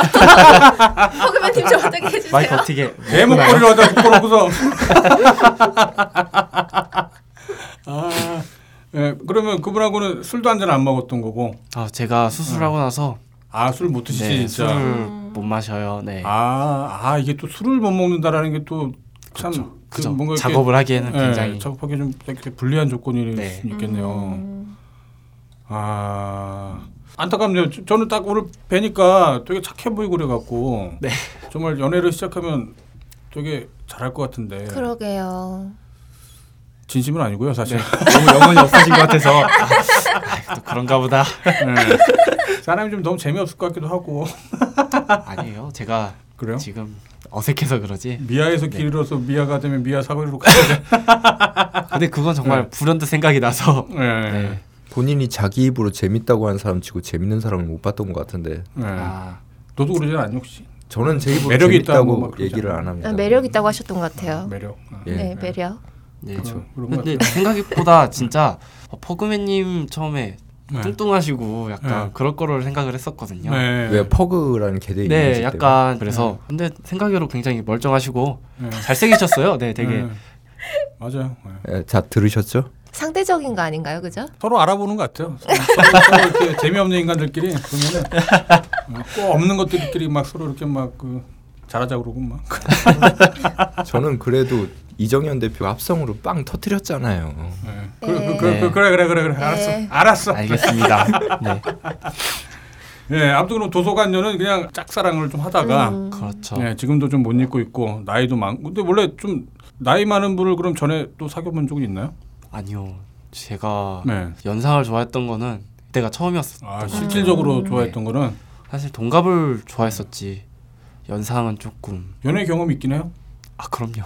A: 허그맨 팀좀 어떻게 해주세요.
D: 마이크 어떻게?
C: 대목걸이로 하다 부끄럽고서. 아, 예, 그러면 그분하고는 술도 한 잔 안 먹었던 거고.
D: 아 제가 수술하고 나서
C: 아, 술 못 드시지
D: 네,
C: 음. 진짜.
D: 술을
A: 음.
D: 못 마셔요. 네.
C: 아, 아 이게 또 술을 못 먹는다라는 게 또 참 그
D: 그죠.
C: 뭔가 이렇게
D: 작업을 하기에는
C: 예,
D: 굉장히
C: 작업하기 좀 이렇게 불리한 조건일
D: 네.
C: 수 있겠네요.
A: 음.
C: 아. 안타깝네요. 저- 저는 딱 오늘 뵈니까 되게 착해 보이고 그래갖고
D: 네.
C: 정말 연애를 시작하면 되게 잘할 것 같은데
A: 그러게요.
C: 진심은 아니고요 사실.
D: 너무 영혼이 없어진 것 같아서 아, 또 그런가 보다.
C: 예. 사람이 좀 너무 재미없을 것 같기도 하고
D: 아니에요. 제가
C: 그래요?
D: 지금 네. 어색해서 그러지.
C: 미아에서 길어서 미아가 되면 미아 사거리로 가야
D: 근데 그건 정말 불현듯 생각이 나서.
C: 네.
D: 네.
B: 본인이 자기 입으로 재밌다고 한 사람 치고 재밌는 사람을 못 봤던 것 같은데
C: 네.
D: 아,
C: 너도 그러지 않니 혹시?
B: 저는 제 입으로
C: 매력이 있다고
B: 재밌다고
C: 막 그러지
B: 얘기를 안
A: 아,
B: 합니다.
A: 매력 있다고 하셨던 것
D: 어?
A: 같아요.
C: 매력. 아,
B: 예.
A: 네, 매력.
D: 네.
C: 그렇죠. 그런 것
D: 근데
C: 같아요.
D: 생각보다 진짜 어, 퍼그맨님 처음에
C: 네.
D: 뚱뚱하시고 약간
C: 네.
D: 그럴 거를 생각을 했었거든요. 네.
C: 네.
B: 왜 퍼그라는 개대
D: 약간 예, 그래서 근데 생각으로 굉장히 멀쩡하시고
C: 네.
D: 잘생기셨어요. 네, 되게
C: 네. 맞아요. 네.
B: 예, 자 들으셨죠?
A: 상대적인 거 아닌가요, 그죠?
C: 서로 알아보는 것 같아요. 서로, 서로 이렇게 재미없는 인간들끼리 보면은 어, 꼭 없는 것들끼리 막 서로 이렇게 막그 잘하자 그러고 막.
B: 저는 그래도 이정현 대표 합성으로 빵 터트렸잖아요.
C: 네. 그,
A: 네.
C: 그, 그, 그, 그래 그래 그래 그래 알았어
A: 네.
C: 알았어.
D: 알겠습니다. 네,
C: 예, 아무튼 그럼 도서관녀는 그냥 짝사랑을 좀 하다가
A: 음.
D: 그렇죠.
C: 예, 지금도 좀 못 읽고 있고 나이도 많고 근데 원래 좀 나이 많은 분을 그럼 전에 또 사귀어본 적은 있나요?
D: 아니요, 제가
C: 네.
D: 연상을 좋아했던 거는 그때가 처음이었어요. 네.
C: 아 실질적으로 좋아했던 거는
D: 사실 동갑을 좋아했었지 연상은 조금
C: 연애 경험이 있긴 해요.
D: 아 그럼요.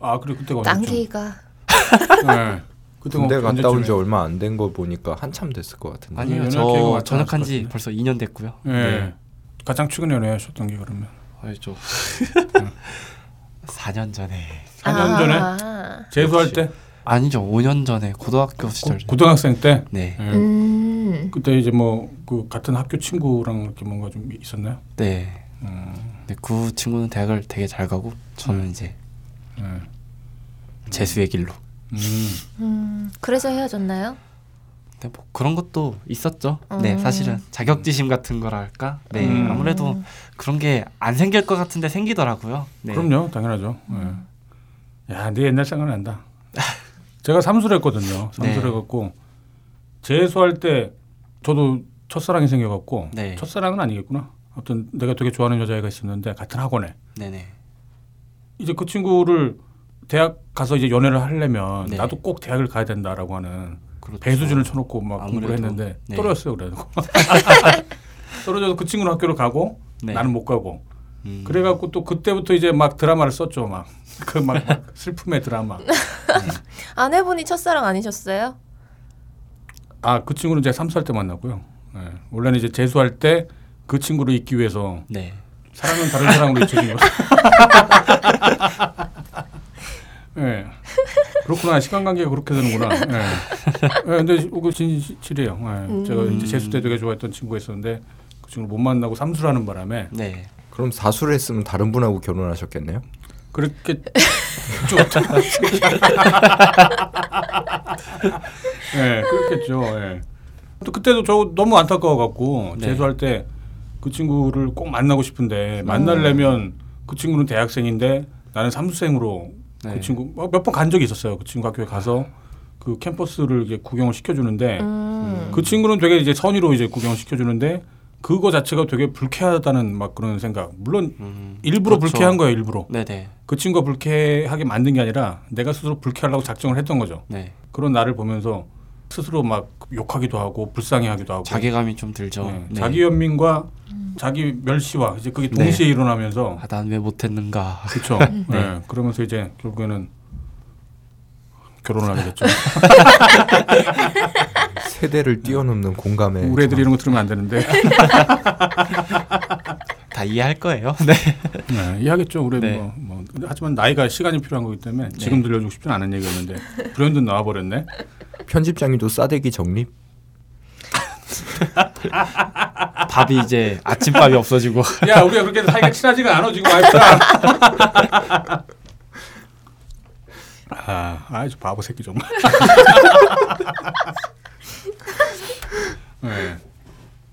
C: 아 그래 그때가
D: 어,
C: 언제죠?
A: 낭기가
C: 네. 그때가
B: 군대 갔다 온 지
C: 언제쯤이에요?
B: 얼마 안 된 거 보니까 한참 됐을 것 같은데.
D: 아니요,
C: 음, 연애 기회가
D: 저
C: 많지
D: 전역한
C: 않았을
D: 지
C: 것
D: 벌써 2년 됐고요. 네.
C: 예.
B: 네.
C: 가장 최근 연애하셨던 게 그러면
D: 알죠.
C: 네.
D: 4년 전에
C: 4년 전에
A: 아.
C: 재수할
B: 역시.
C: 때
D: 아니죠, 5년 전에 고등학교
C: 고,
D: 시절.
C: 고등학생 때
D: 네,
C: 예.
A: 음.
C: 그때 이제 뭐 그 같은 학교 친구랑 이렇게 뭔가 좀 있었나요?
D: 네.
C: 음,
D: 근데 그 친구는 대학을 되게 잘 가고 저는 이제
C: 예.
D: 재수의 길로.
C: 음.
A: 음, 그래서 헤어졌나요?
D: 근데 뭐 그런 것도 있었죠.
A: 음.
D: 네, 사실은 자격지심 같은 거랄까. 네,
C: 음.
D: 아무래도 그런 게 안 생길 것 같은데 생기더라고요. 네.
C: 그럼요, 당연하죠. 예. 야, 내 옛날 생각난다. 제가 삼수를 했거든요. 삼수를
D: 네.
C: 해갖고 재수할 때 저도 첫사랑이 생겨갖고
D: 네.
C: 첫사랑은 아니겠구나. 아무튼 내가 되게 좋아하는 여자애가 있었는데 같은 학원에
D: 네네.
C: 이제 그 친구를 대학 가서 이제 연애를 하려면
D: 네.
C: 나도 꼭 대학을 가야 된다라고 하는
D: 그렇죠.
C: 배수진을 쳐놓고 막 공부를
D: 아무래도.
C: 했는데
D: 네.
C: 떨어졌어요 그래서 떨어져서 그 친구는 학교를 가고
D: 네.
C: 나는 못 가고
D: 음.
C: 그래갖고 또 그때부터 이제 막 드라마를 썼죠 막 그 막 슬픔의 드라마
A: 아내분이 첫사랑 아니셨어요?
C: 아 그 친구는 제가 삼수할 때 만났고요 예. 원래는 이제 재수할 때 그 친구를 잊기 위해서
D: 네.
C: 사랑은 다른 사람으로 잊혀진 거죠 예 그렇구나 시간 관계가 그렇게 되는구나 예 예, 근데 그거 진실이에요 예. 제가 이제 재수 때 되게 좋아했던 친구가 있었는데 그 친구를 못 만나고 삼수라는 바람에
D: 네.
B: 그럼 사수를 했으면 다른 분하고 결혼하셨겠네요.
C: 그렇게 쫓아. 예, 그렇겠죠. 예. 또 그때도 저 너무 안타까워 갖고
D: 네.
C: 재수할 때 그 친구를 꼭 만나고 싶은데
D: 음.
C: 만나려면 그 친구는 대학생인데 나는 삼수생으로
D: 네.
C: 그 친구 몇 번 간 적이 있었어요. 그 친구 학교에 가서 그 캠퍼스를 이제 구경을 시켜주는데
A: 음.
C: 그 친구는 되게 이제 선의로 이제 구경을 시켜주는데 그거 자체가 되게 불쾌하다는 막 그런 생각. 물론
D: 음.
C: 일부러
D: 그렇죠.
C: 불쾌한 거예요, 일부러.
D: 네네.
C: 그 친구가 불쾌하게 만든 게 아니라 내가 스스로 불쾌하려고 작정을 했던 거죠.
D: 네.
C: 그런 나를 보면서 스스로 막 욕하기도 하고 불쌍해하기도 하고
D: 자괴감이 좀 들죠.
C: 어. 네.
D: 네.
C: 자기 연민과 자기 멸시와 이제 그게 동시에 일어나면서
D: 아, 난 왜 못했는가.
C: 그렇죠. 네. 그러면서 이제 결국에는 결혼을 하게 됐죠.
B: 세대를 뛰어넘는 공감의
C: 우리 애들이 이런 거 들으면 안 되는데
D: 다 이해할 거예요. 네.
C: 네, 이해하겠죠. 우리
D: 네.
C: 뭐, 뭐 근데 하지만 나이가 시간이 필요한 거기 때문에 지금 들려주고 싶진 않은 얘기였는데 브랜드 나와버렸네.
B: 편집장님도 싸대기 정립.
D: 밥이 이제 아침밥이 없어지고.
C: 야 우리가 그렇게 사이가 친하지가 않아 지금 와이프랑 아, 아이 저 바보 새끼 정말 네.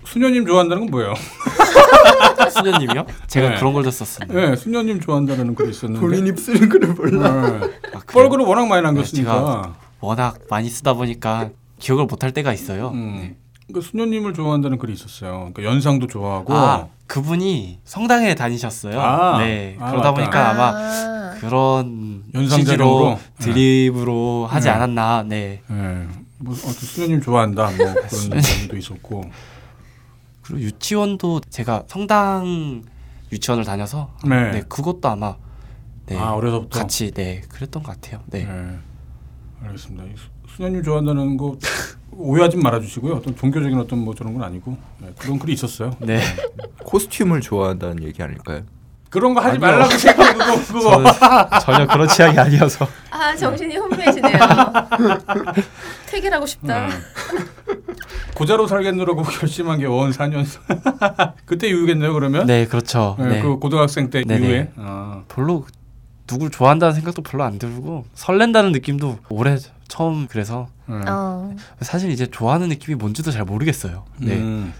C: 수녀님 좋아한다는 건 뭐예요?
D: 수녀님이요? 제가
C: 네.
D: 그런 걸도 썼습니다.
C: 네, 수녀님 좋아한다는 글이 있었는데
B: 쓰는 글을 몰라.
C: 네.
D: 아, 그래요?
C: 뻘그를 워낙 많이
D: 네, 제가-
C: 남겼으니까
D: 워낙 많이 쓰다 보니까 기억을 못 할 때가 있어요.
C: 음. 그러니까 수녀님을 좋아한다는 글이 있었어요 그러니까 연상도 좋아하고
D: 아 그분이 성당에 다니셨어요.
C: 아,
D: 네
C: 아,
D: 그러다
C: 맞다.
D: 보니까 아마
A: 아.
D: 그런
C: 연상자령으로?
D: 취지로 드립으로 하지
C: 네.
D: 않았나. 네
C: 네. 뭐, 어떤 수녀님 좋아한다 뭐 그런 얘기도 있었고
D: 그리고 유치원도 제가 성당 유치원을 다녀서
C: 네.
D: 네, 그것도 아마 네
C: 아 어려서부터
D: 같이 네 그랬던 것 같아요. 네.
C: 네. 알겠습니다. 이 수- 수녀님 좋아한다는 거 오해하지 말아주시고요. 어떤 종교적인 어떤 뭐 저런 건 아니고 네, 그런 글이 있었어요.
D: 네,
B: 코스튬을 좋아한다는 얘기 아닐까요? 네,
C: 그런 거 하지
D: 아니요.
C: 말라고 제가 그거 그거.
D: 전혀 그런 취향이 아니어서
A: 아, 정신이 혼미해지네요. 퇴결하고 싶다.
D: 음,
C: 네. 고자로 살겠노라고 결심한 게 원 4년. 그때 이후겠네요 그러면.
D: 네 그렇죠.
C: 네,
D: 네.
C: 그 고등학생 때
D: 네, 네.
C: 이후에. 아,
D: 별로 누굴 좋아한다는 생각도 별로 안 들고 설렌다는 느낌도 올해 처음 그래서
C: 네.
A: 어.
D: 사실 이제 좋아하는 느낌이 뭔지도 잘 모르겠어요. 네.
C: 음.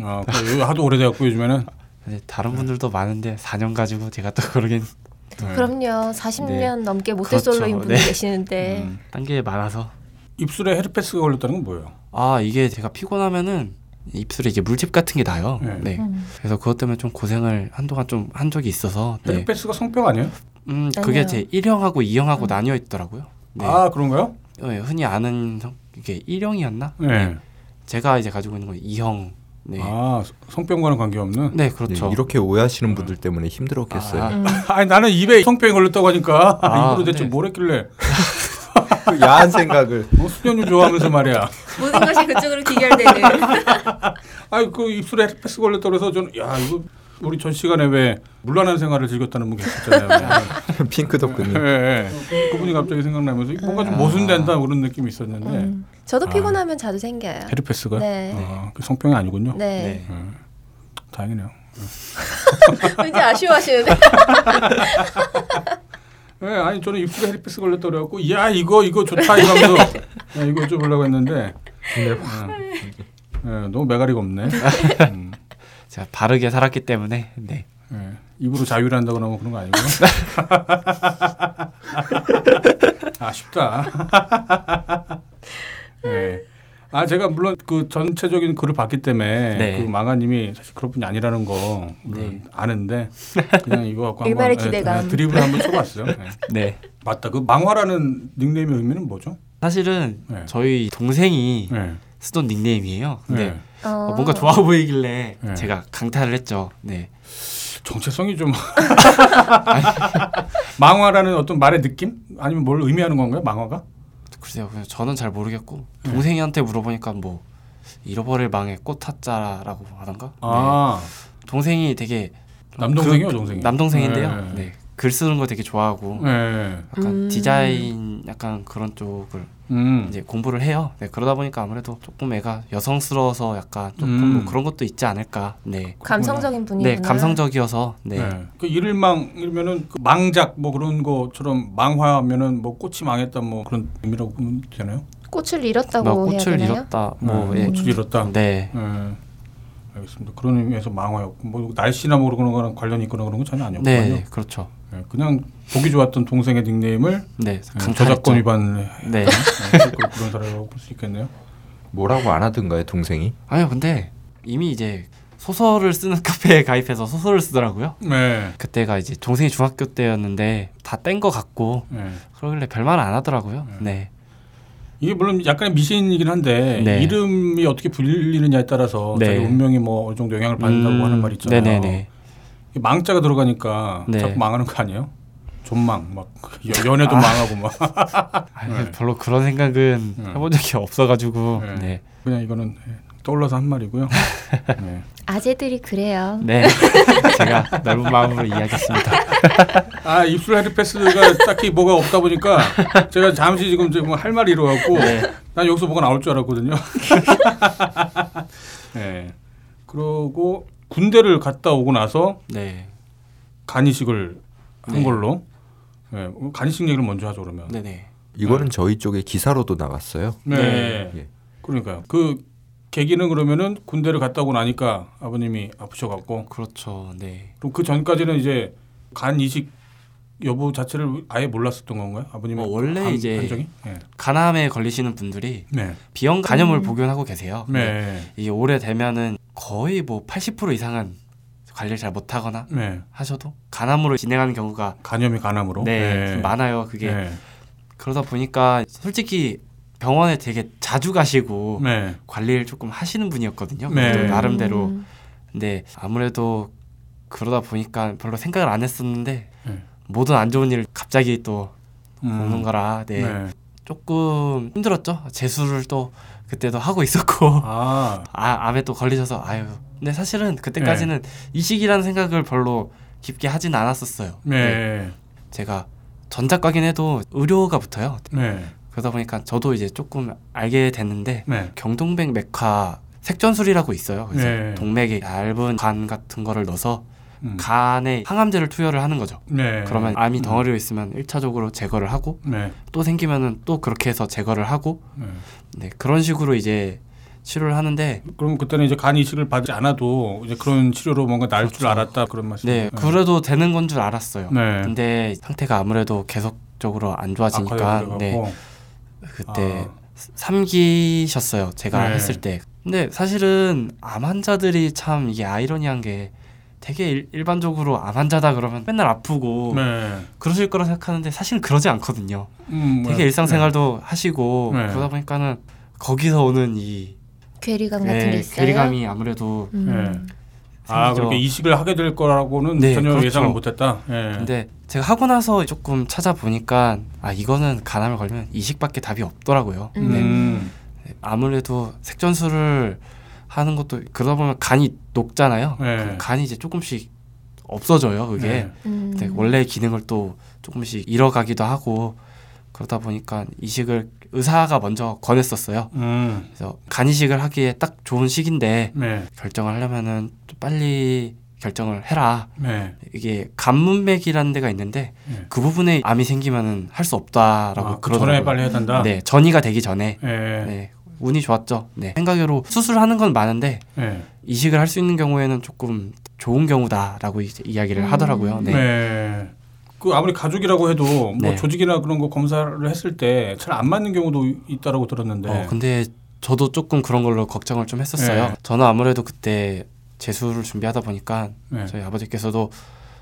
C: 아, 그거 요즘 하도 오래돼갖고 요즘에는.
D: 근데 다른 분들도 많은데 4년 가지고 제가 또 그러긴
C: 네.
A: 그럼요. 40년 넘게 모태
D: 음. 그렇죠.
A: 솔로인 분이
D: 네.
A: 계시는데
C: 음.
D: 딴 게 많아서
C: 입술에 헤르페스가 걸렸다는 건 뭐예요?
D: 아 이게 제가 피곤하면은 입술에 이제 물집 같은 게 나요.
C: 네.
D: 네.
A: 음.
D: 그래서 그것 때문에 좀 고생을 한동안 좀 한 적이 있어서 네.
C: 헤르페스가 성병 네. 아니에요? 음.
D: 음 그게 제 1형하고 2형하고 나뉘어 있더라고요. 네.
C: 아 그런가요?
D: 어, 흔히 아는 성, 이게 1형이었나?
C: 네.
D: 제가 이제 가지고 있는 건 2형. 네.
C: 아 성병과는 관계없는.
D: 네
B: 네,
D: 그렇죠.
B: 이렇게 오해하시는 분들 때문에 힘들었겠어요.
D: 아.
A: 음.
C: 아니 나는 입에 성병이 걸렸다고 하니까
D: 아,
C: 입으로 대체
A: 네.
D: 근데-
C: 뭘 했길래
B: 그 야한 생각을
C: 어, 수녀님 좋아하면서 말이야.
A: 모든 것이 그쪽으로 귀결되는.
C: 아니 그 입술에 헤르페스 걸렸다 그래서 저는 야 이거 우리 전 시간에 왜 물란한 생활을 즐겼다는 분 계셨잖아요.
B: 핑크
C: 예,
B: 덕분님.
C: 예. 그분이 갑자기 생각나면서 뭔가 좀 모순된다 뭐 그런 느낌이 있었는데
A: 음. 저도
C: 아.
A: 피곤하면 자주 생겨요.
C: 헤르페스가
A: 네.
C: 아, 그 성병이 아니군요.
A: 네.
D: 네.
C: 예. 다행이네요.
A: 왠지 아쉬워하시는데.
C: 예, 아니 저는 입술에 헤리피스 걸렸다 그래갖고 야 이거 이거 좋다 이러면서 야, 이거 좀 보려고 했는데 음.
B: 근데
C: 예, 예, 너무 메가리가 없네. 음,
D: 제가 바르게 살았기 때문에 네.
C: 예, 입으로 자유를 한다거나 뭐 그런 거 아니고. 아쉽다. 예. 아 제가 물론 그 전체적인 글을 봤기 때문에
D: 네.
C: 그 망아님이 사실 그런 분이 아니라는 거를
D: 네.
C: 아는데 그냥 이거 갖고
A: 일말의
C: 한번, 예,
A: 기대감.
C: 드립을 한번 쳐봤어요. 예.
D: 네.
C: 맞다. 그 망화라는 닉네임의 의미는 뭐죠?
D: 사실은
C: 네.
D: 저희 동생이
C: 네.
D: 쓰던 예. 닉네임이에요. 근데
C: 네.
A: 어,
D: 어, 뭔가 좋아 보이길래
C: 네.
D: 제가 강타를 했죠. 네.
C: 정체성이 좀 망화라는 어떤 말의 느낌? 아니면 뭘 의미하는 건가요?
D: 네.
C: 망화가?
D: 글쎄요. 그냥 저는 잘 모르겠고
C: 네.
D: 동생이한테 물어보니까 뭐 잃어버릴 망에 꽃 타짜라고 하던가.
C: 아
D: 네. 동생이 되게 그
C: 남동생이요, 동생이?
D: 남동생인데요.
C: 네.
D: 네. 글 쓰는 거 되게 좋아하고
C: 네.
D: 약간
A: 음.
D: 디자인 약간 그런 쪽을
C: 음.
D: 이제 공부를 해요. 네, 그러다 보니까 아무래도 조금 애가 여성스러워서 약간 조금
C: 음.
D: 뭐 그런 것도 있지 않을까. 네.
A: 감성적인 분이구나.
D: 네, 감성적이어서 네.
C: 네. 그 이를망이면은 그 망작 뭐 그런 것처럼 망화면은 뭐 꽃이 망했다 뭐 그런 의미라고 보면 되나요?
A: 꽃을
D: 뭐
A: 잃었다고 해야
D: 꽃을
A: 되나요?
D: 잃었다. 뭐
C: 네.
D: 예.
C: 꽃을 잃었다.
D: 네.
C: 네. 알겠습니다. 그런 의미에서 망화였고 뭐 날씨나 뭐 그런 거랑 관련이 있거나 그런 건 전혀 아니었거든요.
D: 네, 그렇죠.
C: 예, 그냥 보기 좋았던 동생의 닉네임을
D: 네.
C: 예,
D: 강타했죠.
C: 저작권 위반을 해-
D: 네.
C: 예, 그걸 그런 사례라고 볼 수 있겠네요.
B: 뭐라고 안 하던가요 동생이?
D: 아니요, 근데 이미 이제 소설을 쓰는 카페에 가입해서 소설을 쓰더라고요.
C: 네.
D: 그때가 이제 동생이 중학교 때였는데 다 뗀 거 같고
C: 예.
D: 그러길래 별말 안 하더라고요. 네.
C: 이게 물론 약간의 미신이긴 한데
D: 네.
C: 이름이 어떻게 불리느냐에 따라서
D: 네.
C: 자기 운명이 뭐 어느 정도 영향을 받는다고
D: 음,
C: 하는 말 있잖아요.
D: 네네네.
C: 이 망자가 들어가니까
D: 네.
C: 자꾸 망하는 거 아니에요? 존망 막 여- 연애도
D: 아.
C: 망하고 막
D: 아니,
C: 네.
D: 별로 그런 생각은
C: 음.
D: 해본 적이 없어가지고
C: 네.
D: 네.
C: 그냥 이거는 떠올라서 한 말이고요. 네.
A: 아재들이 그래요.
D: 네. 제가 넓은 마음으로 이야기했습니다.
C: 아 입술 헤르페스가 딱히 뭐가 없다 보니까 제가 잠시 지금 지금 할 말이 이러갖고
D: 네.
C: 난 여기서 뭐가 나올 줄 알았거든요. 네. 그러고 군대를 갔다 오고 나서
D: 네.
C: 간이식을 한
D: 네.
C: 걸로. 네. 간이식 얘기를 먼저 하죠 그러면.
D: 네네.
B: 이거는 저희 쪽에 기사로도 나갔어요.
C: 네.
B: 예.
C: 그러니까요. 그 계기는 그러면은 군대를 갔다 오고 나니까 아버님이 아프셔갖고
D: 그렇죠. 네.
C: 그럼 그 전까지는 이제 간 이식 여부 자체를 아예 몰랐었던 건가요? 아버님의
D: 어, 원래
C: 감-
D: 이제- 아,
C: 감정이? 네.
D: 간암에 걸리시는 분들이
C: 네.
D: 비형 간염을
A: 음.
D: 복용하고 계세요.
C: 네.
D: 이게 오래 되면은 거의 뭐 80% 이상은 관리를 잘 못하거나
C: 네.
D: 하셔도 간암으로 진행하는 경우가
C: 간염이 간암으로.
D: 네, 좀 많아요. 그게
C: 네.
D: 그러다 보니까 솔직히 병원에 되게 자주 가시고
C: 네.
D: 관리를 조금 하시는 분이었거든요.
C: 네.
D: 그래도 나름대로
A: 음.
D: 근데 아무래도 그러다 보니까 별로 생각을 안 했었는데
C: 네.
D: 모든 안 좋은 일 갑자기 또
C: 음.
D: 오는 거라 네.
C: 네.
D: 조금 힘들었죠. 재수를 또 그때도 하고 있었고
C: 아.
D: 아, 암에 또 걸리셔서 아유. 근데 사실은 그때까지는
C: 네.
D: 이식이라는 생각을 별로 깊게 하진 않았었어요.
C: 네.
D: 제가 전작과긴 해도 의료가 붙어요.
C: 네.
D: 그러다 보니까 저도 이제 조금 알게 됐는데
C: 네.
D: 경동맥 맥화 색전술이라고 있어요. 그래서
C: 네.
D: 동맥에 얇은 간 같은 거를 넣어서
C: 음.
D: 간에 항암제를 투여를 하는 거죠.
C: 네.
D: 그러면 암이 덩어리로 있으면 일차적으로 제거를 하고
C: 네.
D: 또 생기면은 또 그렇게 해서 제거를 하고
C: 네.
D: 네, 그런 식으로 이제 치료를 하는데
C: 그럼 그때는 이제 간 이식을 받지 않아도 이제 그런 치료로 뭔가 날 줄
D: 그렇죠.
C: 알았다 그런 말씀.
D: 네, 그래도 되는 건 줄 알았어요.
C: 네.
D: 근데 상태가 아무래도 계속적으로 안 좋아지니까
C: 악화가
D: 네,
C: 돼갖고.
D: 그때
C: 아.
D: 삼기셨어요. 제가
C: 네.
D: 했을 때. 근데 사실은 암 환자들이 참 이게 아이러니한 게 되게 일, 일반적으로 암 환자다 그러면 맨날 아프고
C: 네.
D: 그러실 거라 생각하는데 사실은 그러지 않거든요.
C: 음,
D: 되게
C: 네.
D: 일상생활도 하시고
C: 네.
D: 그러다 보니까는 거기서 오는 이
A: 괴리감 같은
D: 네,
A: 게 있어요.
D: 괴리감이 아무래도
A: 음.
C: 네. 아
D: 생기죠.
C: 그렇게 이식을 하게 될 거라고는
D: 네,
C: 전혀
D: 그렇죠.
C: 예상을 못했다. 예.
D: 근데 제가 하고 나서 조금 찾아보니까 아 이거는 간암을 걸리면 이식밖에 답이 없더라고요.
A: 음.
D: 네.
C: 음.
D: 아무래도 색전술을 하는 것도 그러다 보면 간이 녹잖아요.
C: 네.
D: 그럼 간이 이제 조금씩 없어져요. 그게
C: 네.
A: 음.
D: 근데 원래 기능을 또 조금씩 잃어가기도 하고 그러다 보니까 이식을 의사가 먼저 권했었어요.
C: 음.
D: 그래서 간 이식을 하기에 딱 좋은 시기인데
C: 네.
D: 결정을 하려면은 좀 빨리 결정을 해라.
C: 네.
D: 이게 간문맥이라는 데가 있는데
C: 네.
D: 그 부분에 암이 생기면은 할 수 없다라고
C: 아, 그
D: 그러더라고요.
C: 전에 빨리 해야 된다.
D: 네, 전이가 되기 전에.
C: 예.
D: 네, 운이 좋았죠. 네, 생각으로 수술하는 건 많은데
C: 예.
D: 이식을 할 수 있는 경우에는 조금 좋은 경우다라고 이제 이야기를 하더라고요. 네.
C: 네. 그 아무리 가족이라고 해도 뭐
D: 네.
C: 조직이나 그런 거 검사를 했을 때 잘 안 맞는 경우도 있다라고 들었는데.
D: 어, 근데 저도 조금 그런 걸로 걱정을 좀 했었어요.
C: 네.
D: 저는 아무래도 그때 재수를 준비하다 보니까
C: 네.
D: 그 저희 아버지께서도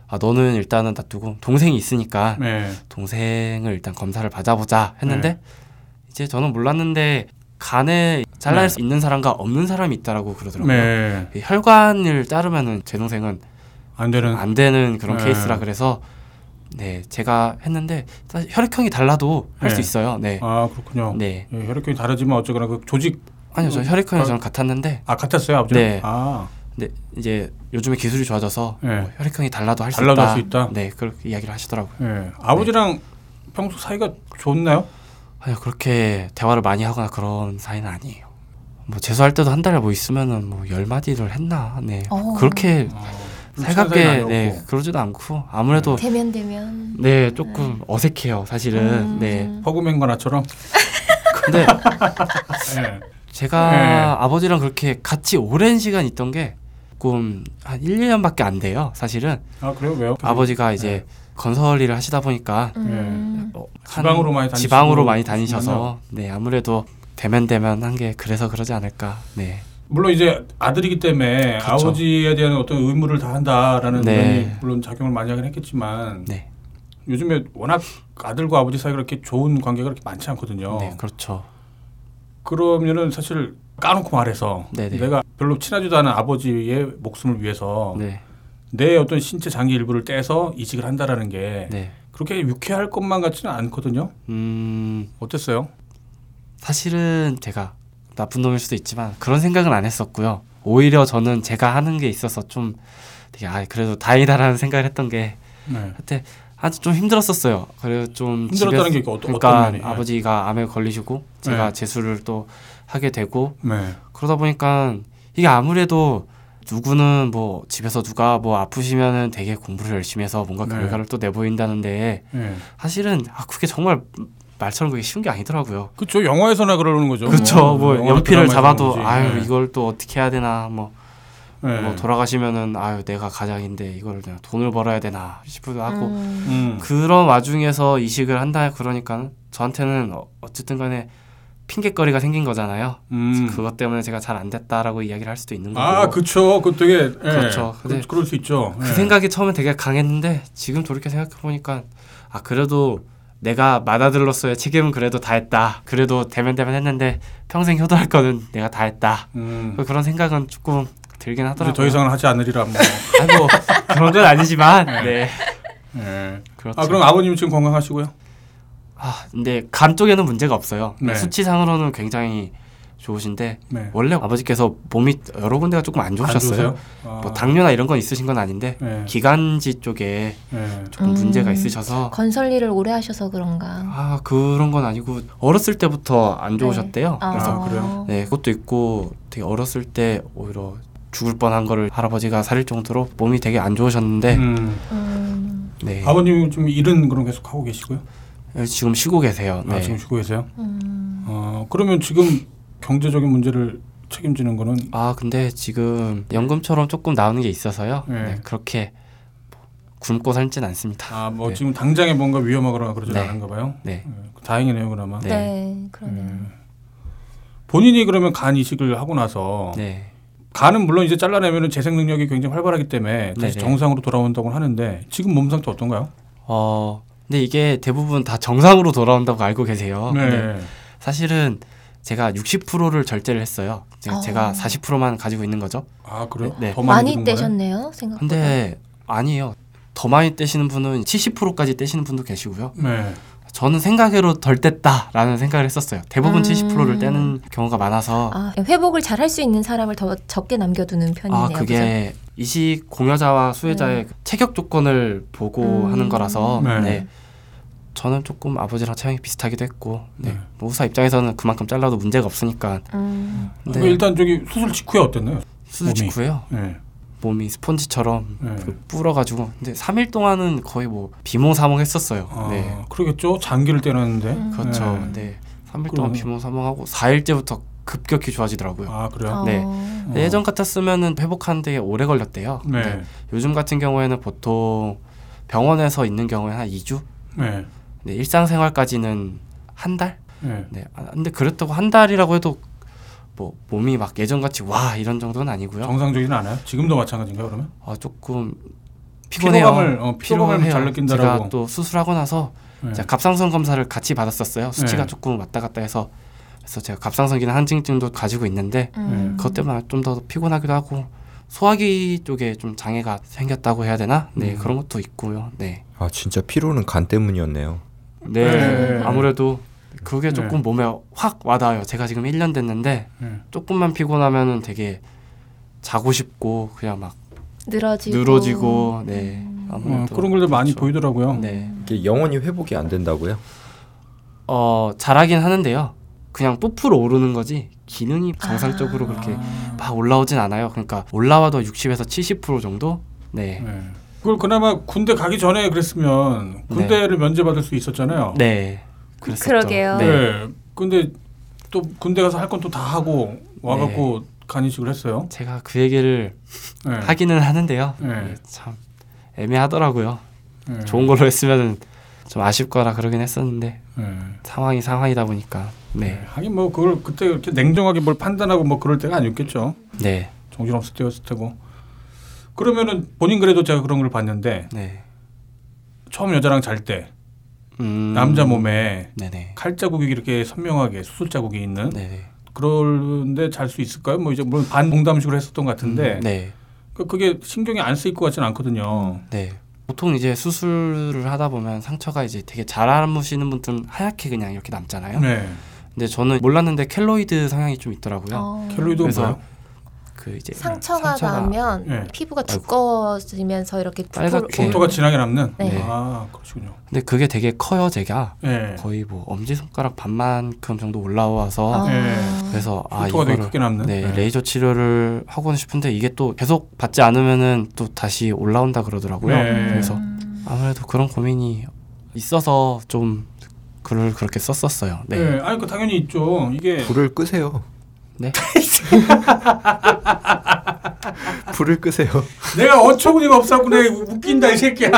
D: 아 너는 일단은 놔두고 동생이 있으니까
C: 네.
D: 동생을 일단 검사를 받아보자 했는데 이제 저는 몰랐는데 간에
C: 네.
D: 잘라낼 수 있는 사람과 없는 사람이 있다라고 그러더라고요.
C: 네.
D: 이 혈관을 자르면은 제 동생은
C: 안 되는.
D: 안 되는 그런
C: 네.
D: 케이스라 그래서 네 제가 했는데 사실 혈액형이 달라도 할 수
C: 네.
D: 있어요. 네.
C: 아 그렇군요.
D: 네.
C: 예, 혈액형이 다르지만 어쨌거나 그 조직
D: 아니요 저
C: 어.
D: 혈액형이 저랑 같았는데
C: 아 같았어요 아버지.
D: 네.
C: 아
D: 근데 이제 요즘에 기술이 좋아져서
C: 네.
D: 뭐 혈액형이 달라도 할 수
C: 달라도
D: 있다.
C: 할수 있다?
D: 네 그렇게 이야기를 하시더라고요.
C: 예. 아버지랑
D: 네.
C: 평소 사이가 좋나요?
D: 아니요 그렇게 대화를 많이 하거나 그런 사이는 아니에요. 뭐 재수할 때도 한 달에 뭐 있으면은 뭐 열 마디를 했나. 네
A: 어.
D: 그렇게
C: 어, 불친한 사이는
D: 살갑게
C: 아니었고.
D: 네 그러지도 않고 아무래도
A: 대면 대면.
D: 네 조금 어색해요 사실은
A: 음.
D: 네
C: 허구맹과 나처럼.
D: 근데
C: 예.
D: 제가
C: 네.
D: 아버지랑 그렇게 같이 오랜 시간 있던 게 조금 한 1, 2년밖에 안 돼요. 사실은
C: 아 그래요 예. 왜요?
D: 아버지가 이제 건설 일을 하시다 보니까
A: 음.
D: 어, 한
C: 지방으로 많이 다니시고
D: 지방으로 많이
C: 그러시면요.
D: 다니셔서 네 아무래도 대면 대면 한 게 그래서 그러지 않을까. 네.
C: 물론 이제 아들이기 때문에
D: 그렇죠.
C: 아버지에 대한 어떤 의무를 다 한다라는
D: 네.
C: 면이 물론 작용을 많이 하긴 했겠지만
D: 네.
C: 요즘에 워낙 아들과 아버지 사이가 그렇게 좋은 관계가 그렇게 많지 않거든요.
D: 네, 그렇죠.
C: 그러면은 사실 까놓고 말해서
D: 네네.
C: 내가 별로 친하지도 않은 아버지의 목숨을 위해서
D: 네.
C: 내 어떤 신체 장기 일부를 떼서 이직을 한다라는 게
D: 네.
C: 그렇게 유쾌할 것만 같지는 않거든요.
D: 음,
C: 어땠어요?
D: 사실은 제가 나쁜 놈일 수도 있지만 그런 생각은 안 했었고요. 오히려 저는 제가 하는 게 있어서 좀 되게 아 그래도 다행이다라는 생각을 했던 게
C: 네.
D: 그때 아주 좀 힘들었었어요. 그래서 좀
C: 힘들었다는
D: 집에서-
C: 게 어떠-
D: 그러니까
C: 어떤 면이?
D: 아버지가 암에 걸리시고 제가
C: 네.
D: 재수를 또 하게 되고
C: 네.
D: 그러다 보니까 이게 아무래도 누구는 뭐 집에서 누가 뭐 아프시면은 되게 공부를 열심히 해서 뭔가
C: 네.
D: 결과를 또 내보인다는데
C: 네.
D: 사실은 아 그게 정말 말처럼 그게 쉬운 게 아니더라고요.
C: 그렇죠. 영화에서나 그러는 거죠.
D: 그렇죠. 뭐
C: 어, 영화
D: 연필을
C: 드라마에서
D: 잡아도
C: 그런지.
D: 아유
C: 네.
D: 이걸 또 어떻게 해야 되나 뭐,
C: 네.
D: 뭐 돌아가시면은 아유 내가 가장인데 이걸 내가 돈을 벌어야 되나 싶기도 네, 하고
A: 음.
C: 음.
D: 그런 와중에서 이식을 한다 그러니까 저한테는 어- 어쨌든 간에 핑계거리가 생긴 거잖아요.
C: 음.
D: 그것 때문에 제가 잘 안 됐다라고 이야기를 할 수도 있는 거고.
C: 아, 그쵸. 그 되게 예.
D: 그렇죠. 근데
C: 그, 그럴 수 있죠.
D: 그
C: 예.
D: 생각이 처음에 되게 강했는데 지금 돌이켜 생각해 보니까 아 그래도 내가 맏아들로서의 책임은 그래도 다 했다. 그래도 대면 대면 했는데 평생 효도할 거는 내가 다 했다.
C: 음.
D: 그런 생각은 조금 들긴
C: 이제
D: 하더라고요.
C: 더 이상은 하지 않으리라 뭐.
D: 아니, 뭐 그런 건 아니지만 네.
C: 예.
D: 그렇죠.
C: 아, 그럼 아버님 지금 건강하시고요?
D: 아, 근데 간 쪽에는 문제가 없어요. 그러니까
C: 네.
D: 수치상으로는 굉장히 좋으신데
C: 네.
D: 원래 아버지께서 몸이 여러 군데가 조금 뭐, 안 좋으셨어요.
C: 안 좋으세요? 아.
D: 뭐 당뇨나 이런 건 있으신 건 아닌데
C: 예.
D: 기관지 쪽에
C: 예.
D: 조금
A: 음.
D: 문제가 있으셔서
A: 건설 일을 오래 하셔서 그런가.
D: 아 그런 건 아니고 어렸을 때부터 안 좋으셨대요.
A: 아,
D: 그래서
C: 그래요?
D: 네 그것도 있고 되게 어렸을 때 오히려 죽을 뻔한 거를 할아버지가 살릴 정도로 몸이 되게 안 좋으셨는데
C: 음.
A: 음.
D: 네
C: 아버님 지금 일은 그럼 계속 하고 계시고요?
D: 지금 쉬고 계세요.
C: 아,
D: 네.
C: 지금 쉬고 계세요?
A: 음.
C: 어, 그러면 지금 경제적인 문제를 책임지는 거는
D: 아 근데 지금 연금처럼 조금 나오는 게 있어서요.
C: 네.
D: 네, 그렇게 뭐 굶고 살진 않습니다.
C: 아, 뭐
D: 네.
C: 지금 당장에 뭔가 위험하거나 그러진
D: 네.
C: 않은가 봐요.
D: 네.
C: 예. 다행이네요, 그나마.
D: 네.
A: 네. 그러네요.
C: 예. 본인이 그러면 간 이식을 하고 나서
D: 네.
C: 간은 물론 이제 잘라내면 재생 능력이 굉장히 활발하기 때문에 다시
D: 네네.
C: 정상으로 돌아온다고 하는데 지금 몸 상태 어떤가요?
D: 어 근데 이게 대부분 다 정상으로 돌아온다고 네. 알고 계세요.
C: 네.
D: 근데 사실은 제가 60%를 절제를 했어요. 제가,
A: 어.
D: 제가 40%만 가지고 있는 거죠.
C: 아 그래요?
D: 네.
C: 더 많이,
A: 많이
C: 드는 거예요?
A: 떼셨네요 생각보다.
D: 근데 아니에요. 더 많이 떼시는 분은 70%까지 떼시는 분도 계시고요.
C: 네.
D: 저는 생각으로 덜 뗐다라는 생각을 했었어요.
A: 음.
D: 대부분 70%를 떼는 경우가 많아서
A: 아, 회복을 잘 할 수 있는 사람을 더 적게 남겨두는 편이네요.
D: 아 그게 이식 공여자와 수혜자의 그 체격 조건을 보고
A: 음.
D: 하는 거라서
C: 네.
D: 네. 저는 조금 아버지랑 체형이 비슷하기도 했고 네.
C: 네.
D: 뭐 의사 입장에서는 그만큼 잘라도 문제가 없으니까
A: 그죠? 음.
D: 근데
C: 그 일단 저기 수술 직후에 어땠나요?
D: 수술
C: 몸이.
D: 직후에요
C: 네.
D: 몸이 스펀지처럼
C: 네.
D: 그 불어가지고 근데 3일 동안은 거의 뭐 비몽사몽했었어요.
C: 아,
D: 네,
C: 그러겠죠. 장기를 때렸는데.
A: 음.
D: 그렇죠.
C: 네.
D: 네, 3일
C: 그러면-
D: 동안 비몽사몽하고 4일째부터 급격히 좋아지더라고요.
C: 아 그래요.
D: 네.
A: 어.
C: 어.
D: 근데 예전 같았으면은 회복하는데 오래 걸렸대요.
C: 네.
D: 근데 요즘 같은 경우에는 보통 병원에서 있는 경우에 한 2주?
C: 네.
D: 근데 일상생활까지는 한 달?
C: 네.
D: 네. 아, 근데 그렇다고 한 달이라고 해도 뭐 몸이 막 예전같이 와 이런 정도는 아니고요.
C: 정상적이진 않아요. 지금도 마찬가지인가요? 그러면?
D: 아 조금 피곤해요.
C: 피로감을, 어, 피로감을
D: 피로해요.
C: 잘 느낀다라고.
D: 제가 또 수술하고 나서
C: 네.
D: 제가 갑상선 검사를 같이 받았었어요. 수치가
C: 네.
D: 조금 왔다 갔다 해서 그래서 제가 갑상선 기능 한증증도 가지고 있는데
C: 네,
A: 음.
D: 그것 때문에 좀 더 피곤하기도 하고 소화기 쪽에 좀 장애가 생겼다고 해야 되나? 네
C: 음.
D: 그런 것도 있고요. 네.
B: 아 진짜 피로는 간 때문이었네요.
D: 네.
C: 네.
D: 아무래도 그게
C: 네.
D: 조금 몸에 확 와닿아요. 제가 지금 1년 됐는데
C: 네.
D: 조금만 피곤하면은 되게 자고 싶고 그냥 막
A: 늘어지고
D: 늘어지고 네. 아무래도
C: 어, 그런 걸도 많이
D: 그렇죠.
C: 보이더라고요.
D: 네.
B: 이게 영원히 회복이 안 된다고요?
D: 어, 잘하긴 하는데요. 그냥 뽀프로 오르는 거지 기능이 정상적으로
A: 아.
D: 그렇게
C: 아.
D: 막 올라오진 않아요. 그러니까 올라와도 60에서 70% 정도? 네.
C: 네. 그걸 그나마 군대 가기 전에 그랬으면 군대를 면제받을 수 있었잖아요.
D: 네. 그랬었죠.
A: 그러게요.
D: 네.
C: 네. 근데 또 군대 가서 할 건 또 다 하고 와갖고 간이식을 했어요.
D: 제가 그 얘기를
C: 네.
D: 네. 하기는 하는데요.
C: 네.
D: 네, 참 애매하더라고요.
C: 네.
D: 좋은 걸로 했으면 좀 아쉽 거라 그러긴 했었는데
C: 네.
D: 상황이 상황이다 보니까
C: 네.
D: 네.
C: 하긴 뭐 그걸 그때 그렇게 냉정하게 뭘 판단하고 뭐 그럴 때가 아니었겠죠.
D: 네.
C: 정신없을 때였을 테고. 그러면은 본인 그래도 제가 그런 걸 봤는데
D: 네.
C: 처음 여자랑 잘 때
D: 음.
C: 남자 몸에
D: 네, 네.
C: 칼 자국이 이렇게 선명하게 수술 자국이 있는
D: 네, 네.
C: 그런데 잘 수 있을까요? 뭐 이제 물론 반농담식으로 했었던 것 같은데
D: 네.
C: 그- 그게 신경이 안 쓰일 것 같지는 않거든요.
D: 네. 보통 이제 수술을 하다 보면 상처가 이제 되게 잘아무시는 분들은 하얗게 그냥 이렇게 남잖아요.
C: 네.
D: 근데 저는 몰랐는데 켈로이드 성향이 좀 있더라고요.
A: 어.
C: 켈로이도
D: 그래서
C: 뭐예요?
D: 그 이제
A: 상처가,
D: 상처가-
A: 나면
C: 네.
A: 피부가 두꺼워지면서 이렇게
D: 빨갛게.
A: 부풀-
C: 흉터가 진하게 남는.
A: 네.
C: 아 그렇군요.
D: 근데 그게 되게 커요, 제가.
C: 네.
D: 거의 뭐 엄지 손가락 반만큼 정도 올라와서
A: 아.
C: 네.
D: 그래서 아
C: 흉터가 되게
D: 이거를
C: 크게 남는.
D: 네, 레이저 치료를 하고는 싶은데 이게 또 계속 받지 않으면은 또 다시 올라온다 그러더라고요.
C: 네.
D: 그래서
A: 음.
D: 아무래도 그런 고민이 있어서 좀 글을 그렇게 썼었어요.
C: 네.
D: 네.
C: 아니 그 당연히 있죠. 이게
B: 불을 끄세요.
D: 네.
B: 불을 끄세요.
C: 내가 어처구니가 없어갖고 내가 웃긴다 이 새끼야.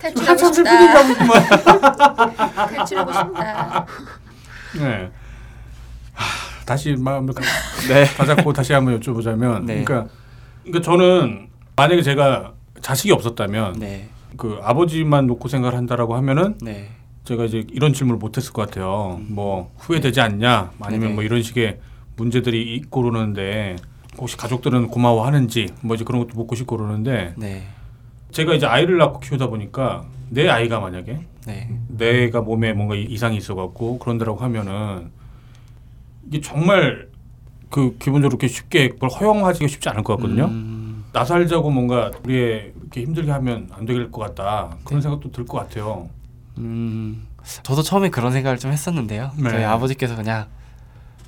A: 탈출하고 싶다.
C: 한참 슬프니까 웃구만.
A: 탈출하고 싶다.
C: 네. 하, 다시 마음을 가-
D: 네.
C: 다잡고 다시 한번 여쭤보자면,
D: 네.
C: 그러니까, 그러니까 저는 만약에 제가 자식이 없었다면
D: 네.
C: 그 아버지만 놓고 생각을 한다라고 하면은
D: 네.
C: 제가 이제 이런 질문을 못했을 것 같아요. 뭐 후회되지 않냐, 아니면
D: 네네.
C: 뭐 이런 식의 문제들이 있고 그러는데 혹시 가족들은 고마워하는지 뭐 이제 그런 것도 묻고 싶고 그러는데
D: 네.
C: 제가 이제 아이를 낳고 키우다 보니까 내 아이가 만약에
D: 네.
C: 내가 몸에 뭔가 이- 이상이 있어갖고 그런다라고 하면은 이게 정말 그 기본적으로 이렇게 쉽게 그걸 허용하기가 쉽지 않을 것 같거든요.
D: 음,
C: 나 살자고 뭔가 우리의 이렇게 힘들게 하면 안 될 것 같다 그런 생각도 들 것 같아요.
D: 음, 저도 처음에 그런 생각을 좀 했었는데요.
C: 네.
D: 저희 아버지께서 그냥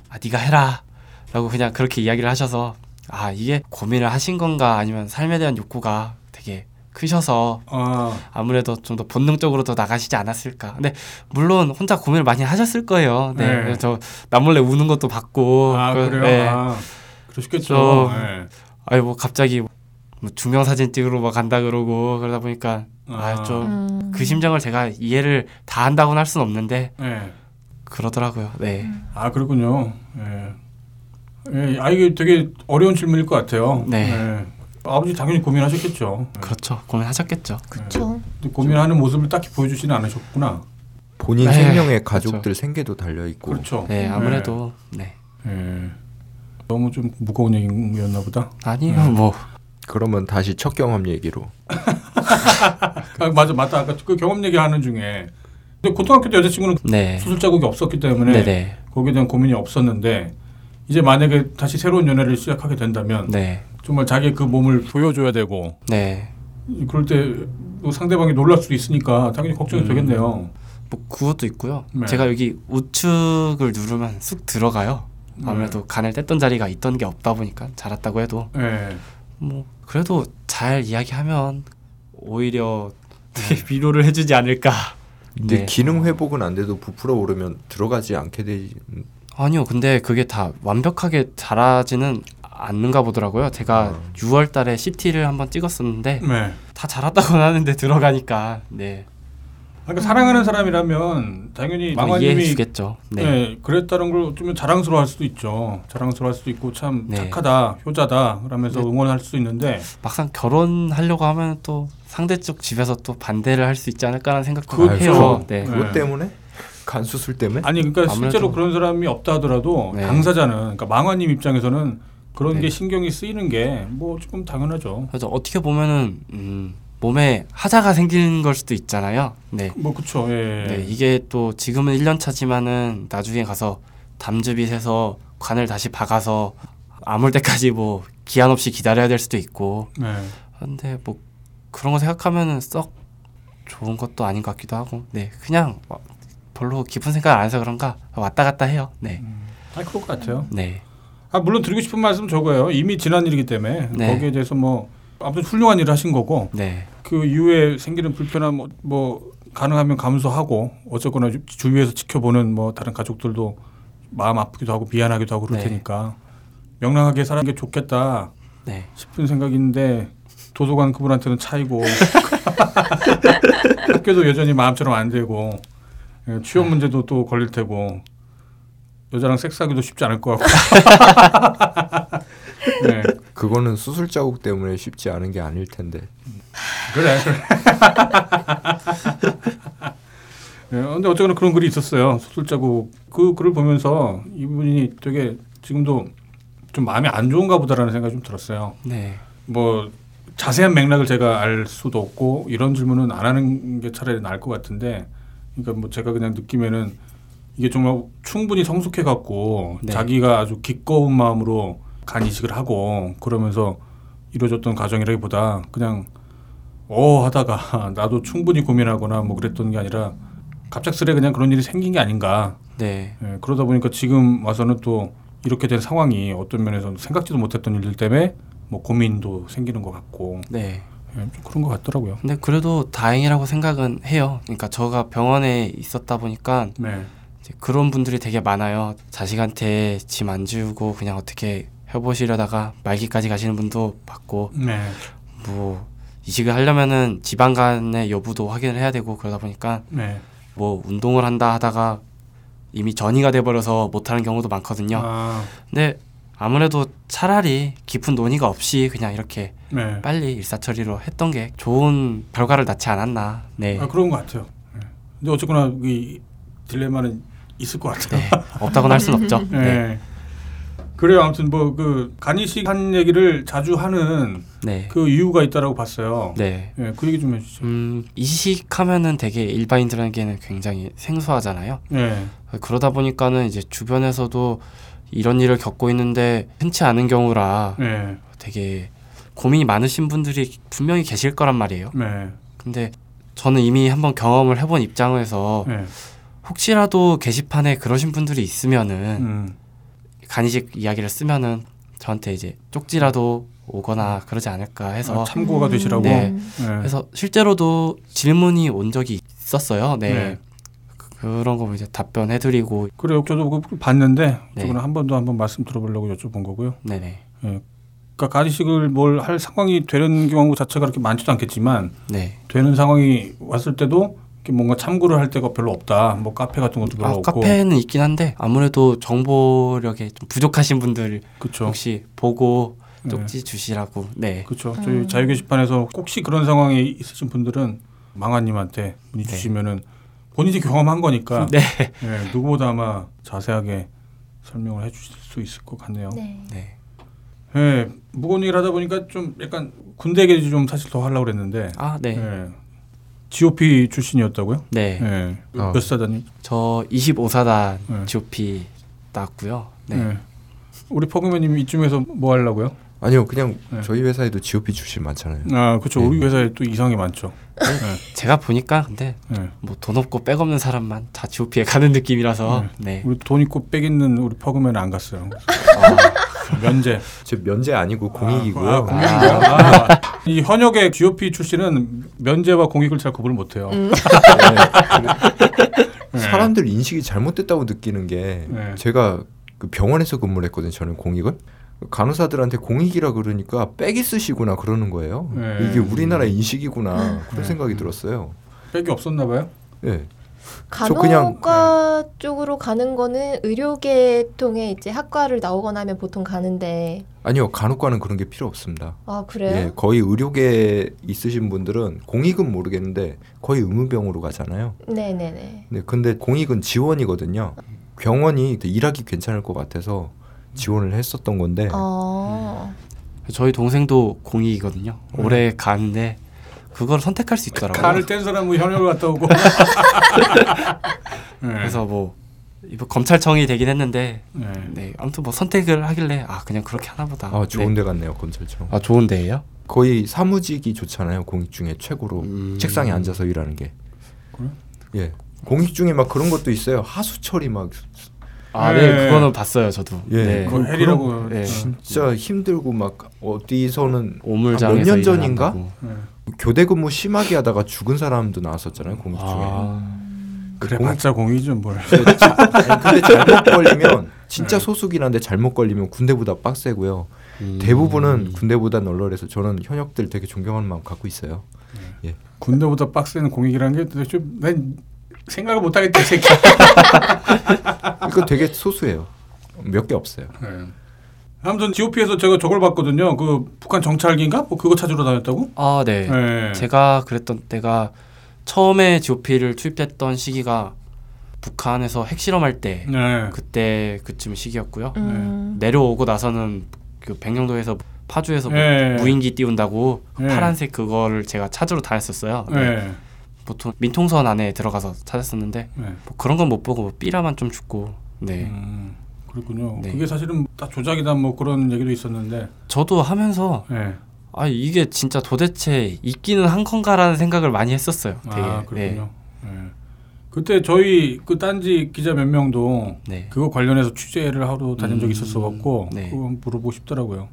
D: 아 네가 해라라고 그냥 그렇게 이야기를 하셔서 아 이게 고민을 하신 건가 아니면 삶에 대한 욕구가 되게 크셔서
C: 아,
D: 아무래도 좀 더 본능적으로 더 나가시지 않았을까. 근데 물론 혼자 고민을 많이 하셨을 거예요. 네,
C: 네.
D: 그래서 저 남몰래 우는 것도 봤고.
C: 아
D: 그-
C: 그래요.
D: 네.
C: 아, 그러시겠죠.
D: 좀-
C: 네.
D: 아니 뭐 갑자기 뭐 중형 사진 찍으러 막 간다 그러고 그러다 보니까
C: 아.
D: 아좀그
A: 음.
D: 심정을 제가 이해를 다 한다고는 할 수는 없는데
C: 네.
D: 그러더라고요. 네.
C: 아 그렇군요. 예. 예, 아 이게 되게 어려운 질문일 것 같아요.
D: 네.
C: 예. 아버지 당연히 고민하셨겠죠. 예.
D: 그렇죠. 고민하셨겠죠.
C: 어.
A: 그쵸.
C: 근데 고민하는 모습을 딱히 보여주지는 않으셨구나.
B: 본인
D: 네.
B: 생명에 가족들 생계도 달려 있고.
C: 그렇죠.
D: 네, 아무래도 네.
C: 예. 예. 너무 좀 무거운 얘기였나 보다.
D: 아니요. 뭐
B: 그러면 다시 첫 경험 얘기로.
C: 아, 맞아, 맞다. 아까 그 경험 얘기하는 중에. 근데 고등학교 때 여자친구는
D: 네.
C: 수술 자국이 없었기 때문에
D: 네, 네.
C: 거기에 대한 고민이 없었는데 이제 만약에 다시 새로운 연애를 시작하게 된다면
D: 네.
C: 정말 자기 그 몸을 보여줘야 되고
D: 네.
C: 그럴 때또 상대방이 놀랄 수도 있으니까 당연히 걱정이
D: 음.
C: 되겠네요.
D: 뭐 그것도 있고요.
C: 네.
D: 제가 여기 우측을 누르면 쑥 들어가요. 아무래도 간을 뗐던 자리가 있던 게 없다 보니까 자랐다고 해도
C: 예.
D: 뭐 그래도 잘 이야기하면 오히려 되게 위로를 해주지 않을까.
B: 근데
D: 네.
B: 기능 회복은 안 돼도 부풀어 오르면 들어가지 않게 되지. 음,
D: 아니요, 근데 그게 다 완벽하게 자라지는 않는가 보더라고요. 제가
C: 아.
B: 음.
D: 6월달에 CT를 한번 찍었었는데
C: 네.
D: 다 자랐다고는 하는데 들어가니까 네
C: 그러니까 사랑하는 사람이라면 당연히
D: 뭐
C: 망원님이
D: 이해해 주겠죠.
C: 네.
D: 네.
C: 그랬다는 걸 좀 자랑스러워할 수도 있죠. 자랑스러워할 수도 있고 참
D: 네.
C: 착하다, 효자다 그러면서 응원할 수도 있는데
D: 막상 결혼하려고 하면 또 상대 쪽 집에서 또 반대를 할 수 있지 않을까라는 생각도
C: 그렇죠.
D: 해요. 네.
C: 네.
B: 그것 때문에 간 수술 때문에
C: 아니 그러니까 실제로
D: 아무래도-
C: 그런 사람이 없다 하더라도
D: 네.
C: 당사자는 그러니까 망화님 입장에서는 그런
D: 네.
C: 게 신경이 쓰이는 게 뭐 조금 당연하죠.
D: 그래서 어떻게 보면은 음, 몸에 하자가 생기는 걸 수도 있잖아요. 네.
C: 뭐 그쵸. 예.
D: 네, 이게 또 지금은 1년 차지만은 나중에 가서 담즙이 새서 관을 다시 박아서 아물 때까지 뭐 기한 없이 기다려야 될 수도 있고.
C: 네.
D: 근데 뭐 그런 거 생각하면은 썩 좋은 것도 아닌 것 같기도 하고. 네. 그냥 와- 별로 깊은 생각 안 해서 그런가 왔다 갔다 해요. 네.
C: 아 그럴 것 같아요.
D: 네.
C: 아 물론 드리고 싶은 말씀 저거예요. 이미 지난 일이기 때문에
D: 네.
C: 거기에 대해서 뭐 아무튼 훌륭한 일을 하신 거고
D: 네.
C: 그 이후에 생기는 불편함 뭐, 뭐 가능하면 감소하고 어쨌거나 주- 주위에서 지켜보는 뭐 다른 가족들도 마음 아프기도 하고 미안하기도 하고 그럴
D: 네.
C: 테니까 명랑하게 사는 게 좋겠다
D: 네.
C: 싶은 생각인데 도서관 그분한테는 차이고 학교도 여전히 마음처럼 안 되고 예, 취업 문제도 또 걸릴 테고 여자랑 섹스하기도 쉽지 않을 것 같고 네,
B: 그거는 수술 자국 때문에 쉽지 않은 게 아닐 텐데.
C: 그래. 예, 근데 어쨌거나 그런 글이 있었어요. 수술자국 그 글을 보면서 이분이 되게 지금도 좀 마음이 안 좋은가 보다라는 생각이 좀 들었어요.
D: 네.
C: 뭐 자세한 맥락을 제가 알 수도 없고 이런 질문은 안 하는 게 차라리 나을 것 같은데 그러니까 뭐 제가 그냥 느끼면은 이게 정말 충분히 성숙해 갖고
D: 네.
C: 자기가 아주 기꺼운 마음으로 간 이식을 하고 그러면서 이루어졌던 과정이라기보다 그냥 어 하다가 나도 충분히 고민하거나 뭐 그랬던 게 아니라 갑작스레 그냥 그런 일이 생긴 게 아닌가
D: 네.
C: 예, 그러다 보니까 지금 와서는 또 이렇게 된 상황이 어떤 면에서는 생각지도 못했던 일들 때문에 뭐 고민도 생기는 것 같고
D: 네.
C: 예, 좀 그런 것 같더라고요.
D: 근데 그래도 다행이라고 생각은 해요. 그러니까 저가 병원에 있었다 보니까
C: 네,
D: 이제 그런 분들이 되게 많아요. 자식한테 짐 안 지우고 그냥 어떻게 해보시려다가 말기까지 가시는 분도 봤고
C: 네,
D: 뭐 이식을 하려면은 지방간의 여부도 확인을 해야 되고 그러다 보니까
C: 네.
D: 뭐 운동을 한다 하다가 이미 전이가 돼버려서 못하는 경우도 많거든요.
C: 아,
D: 근데 아무래도 차라리 깊은 논의가 없이 그냥 이렇게
C: 네.
D: 빨리 일사처리로 했던 게 좋은 결과를 낳지 않았나. 네.
C: 아 그런 것 같아요. 예. 근데 어쨌거나 이 딜레마는 있을 것 같아요.
D: 네. 없다고는 할 수는 없죠. 네.
C: 예. 그래요. 아무튼 뭐 그 간이식 한 얘기를 자주 하는
D: 네.
C: 그 이유가 있다라고 봤어요.
D: 네.
C: 예, 그 얘기 좀 해주시죠.
D: 음, 이식하면은 되게 일반인들에게는 굉장히 생소하잖아요.
C: 예,
D: 그러다 보니까는 이제 주변에서도 이런 일을 겪고 있는데 흔치 않은 경우라
C: 예,
D: 되게 고민이 많으신 분들이 분명히 계실 거란 말이에요.
C: 네,
D: 근데 저는 이미 한번 경험을 해본 입장에서
C: 예,
D: 혹시라도 게시판에 그러신 분들이 있으면은
C: 음,
D: 간이식 이야기를 쓰면은 저한테 이제 쪽지라도 오거나 그러지 않을까 해서
C: 아, 참고가 되시라고.
D: 네.
C: 예.
D: 그래서 실제로도 질문이 온 적이 있었어요. 네.
C: 네.
D: 그- 그런 거 이제 답변해드리고,
C: 그래요. 저도 그거 봤는데
D: 네.
C: 저는 한 번 더 한번 말씀 들어보려고 여쭤본 거고요.
D: 네네.
C: 그러니까 가리식을 뭘 할 상황이 되는 경우 자체가 그렇게 많지도 않겠지만
D: 네.
C: 되는 상황이 왔을 때도 이렇게 뭔가 참고를 할 데가 별로 없다. 뭐 카페 같은 것도 별로
D: 아,
C: 없고.
D: 카페는 있긴 한데 아무래도 정보력이 좀 부족하신 분들
C: 그렇죠.
D: 혹시 보고
C: 네.
D: 쪽지 주시라고. 네.
C: 그렇죠. 저희 자유 게시판에서 혹시 그런 상황에 있으신 분들은 망아님한테 문의
D: 네.
C: 주시면은 본인이 경험한 거니까
D: 네.
C: 예, 누구보다 아마 자세하게 설명을 해주실 수 있을 것 같네요.
A: 네.
D: 네.
C: 예, 무거운 얘기를 하다 보니까 좀 약간 군대 얘기 좀 사실 더 하려고 그랬는데
D: 아, 네. 네.
C: 예. GOP 출신이었다고요? 예.
B: 어.
C: 몇 사단님?
D: 저 25사단
C: 네.
D: GOP 땄고요. 네.
C: 예. 우리 포그맨님 이쯤에서 뭐 하려고요?
B: 아니요, 그냥
C: 네.
B: 저희 회사에도 GOP 출신 많잖아요.
C: 아 그렇죠. 우리
B: 네.
C: 회사에 또 이상이 많죠.
D: 제가 보니까 근데
C: 네.
D: 뭐 돈 없고 빽 없는 사람만 다 GOP에 가는 느낌이라서 네.
C: 우리 돈 있고 빽 있는 우리 퍼그맨 안 갔어요. 면제.
B: 제 면제 아니고 공익이고요.
C: 아, 공익이요? 아, 이 현역의 GOP 출신은 면제와 공익을 잘 구분을 못해요.
D: 음.
B: 네. 사람들 인식이 잘못됐다고 느끼는 게
C: 네.
B: 제가 그 병원에서 근무를 했거든요. 저는 공익을 간호사들한테 공익이라 그러니까 빽이 쓰시구나 그러는 거예요.
C: 네.
B: 이게 우리나라 인식이구나 그런
C: 네.
B: 생각이 들었어요.
C: 빽이 없었나 봐요.
B: 네. 저 그냥-
A: 간호과 쪽으로 가는 거는 의료계 통해 이제 학과를 나오거나 하면 보통 가는데
B: 아니요 간호과는 그런 게 필요 없습니다.
A: 아 그래요?
B: 예, 거의 의료계 있으신 분들은 공익은 모르겠는데 거의 의무병으로 가잖아요.
A: 네네네.
B: 네, 근데 공익은 지원이거든요. 병원이 일하기 괜찮을 것 같아서 지원을 했었던 건데
D: 네.
A: 어.
D: 저희 동생도 공익이거든요. 올해 가는데 그걸 선택할 수
B: 어.
D: 있더라고요.
C: 네. 칼을 뗀 사람은 현역을 갔다 오고. 예. 네.
D: 그래서 뭐 이번 검찰청이 되긴 했는데
C: 네.
D: 네 아무튼 뭐 선택을 하길래 아 그냥 그렇게 하나보다.
B: 아 좋은
D: 네.
B: 데 갔네요 검찰청.
D: 아 좋은데요?
B: 거의 사무직이 좋잖아요 공익 중에 최고로
D: 음.
B: 책상에 앉아서 일하는 게.
C: 그래요?
B: 예. 공익 중에 막 그런 것도 있어요. 하수처리 막
D: 아네
C: 네.
D: 그거는 봤어요 저도.
B: 예,
D: 네.
C: 그 헬이라고.
D: 네.
B: 진짜 힘들고 막 어디서는
D: 오물장에서
B: 아, 몇년
D: 일을
B: 전인가?
D: 한다고.
C: 네.
B: 교대 근무 심하게 하다가 죽은 사람도 나왔었잖아요 공익 중에.
D: 아,
C: 그래
B: 공익
C: 맞자 공익이죠 뭘.
B: 아니, 근데 잘못 걸리면 진짜
C: 네.
B: 소수긴 한데 잘못 걸리면 군대보다 빡세고요.
D: 음.
B: 대부분은 군대보다 널널해서 저는 현역들 되게 존경하는 마음 갖고 있어요.
C: 군대보다 빡센 공익이라는 게 도대체 난 생각을 못 하겠다 이 새끼.
B: 이거 되게 소수예요. 몇 개 없어요.
C: 네. 아무튼 GOP에서 제가 저걸 봤거든요. 그 북한 정찰기인가? 뭐 그거 찾으러 다녔다고?
D: 아 네.
C: 네.
D: 제가 그랬던 때가 처음에 GOP를 투입했던 시기가 북한에서 핵실험할 때
C: 네.
D: 그때 그쯤 시기였고요.
A: 음.
D: 내려오고 나서는 그 백령도에서 파주에서 뭐
C: 네.
D: 무인기 띄운다고 그
C: 네.
D: 파란색 그거를 제가 찾으러 다녔었어요.
C: 네.
D: 보통 민통선 안에 들어가서 찾았었는데
C: 네.
D: 뭐 그런 건 못 보고 뭐 삐라만 좀 죽고 네
C: 음, 그렇군요.
D: 네.
C: 그게 사실은 다 조작이다 뭐 그런 얘기도 있었는데.
D: 저도 하면서
C: 네.
D: 아 이게 진짜 도대체 있기는 한 건가라는 생각을 많이 했었어요. 되게.
C: 아 그렇군요.
D: 예.
C: 네. 그때 저희 그 딴지 기자 몇 명도
D: 네. 네.
C: 그거 관련해서 취재를 하러 다닌
D: 음,
C: 적이 있었어 갖고
D: 네.
C: 그거 한번 물어보고 싶더라고요.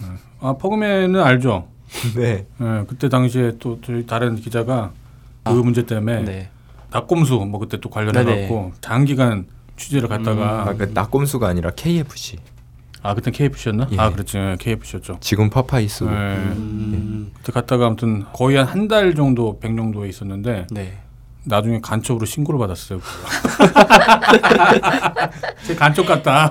C: 네. 아 퍼그맨은 알죠.
B: 네.
C: 네, 그때 당시에 또 저희 다른 기자가 그 문제 때문에
D: 아, 네.
C: 낙곰수 뭐 그때 또 관련해 갖고 장기간 취재를 갔다가
D: 음,
B: 아, 그 낙곰수가 아니라 KFC.
C: 아 그때 KFC였나?
B: 예.
C: 아 그렇지 KFC였죠. 예.
B: 지금
D: 그,
B: 파파이스.
C: 네.
D: 음,
C: 그때 갔다가 아무튼 거의 한 한 달 정도 백령도에 있었는데
D: 네.
C: 나중에 간첩으로 신고를 받았어요. 제 간첩 같다.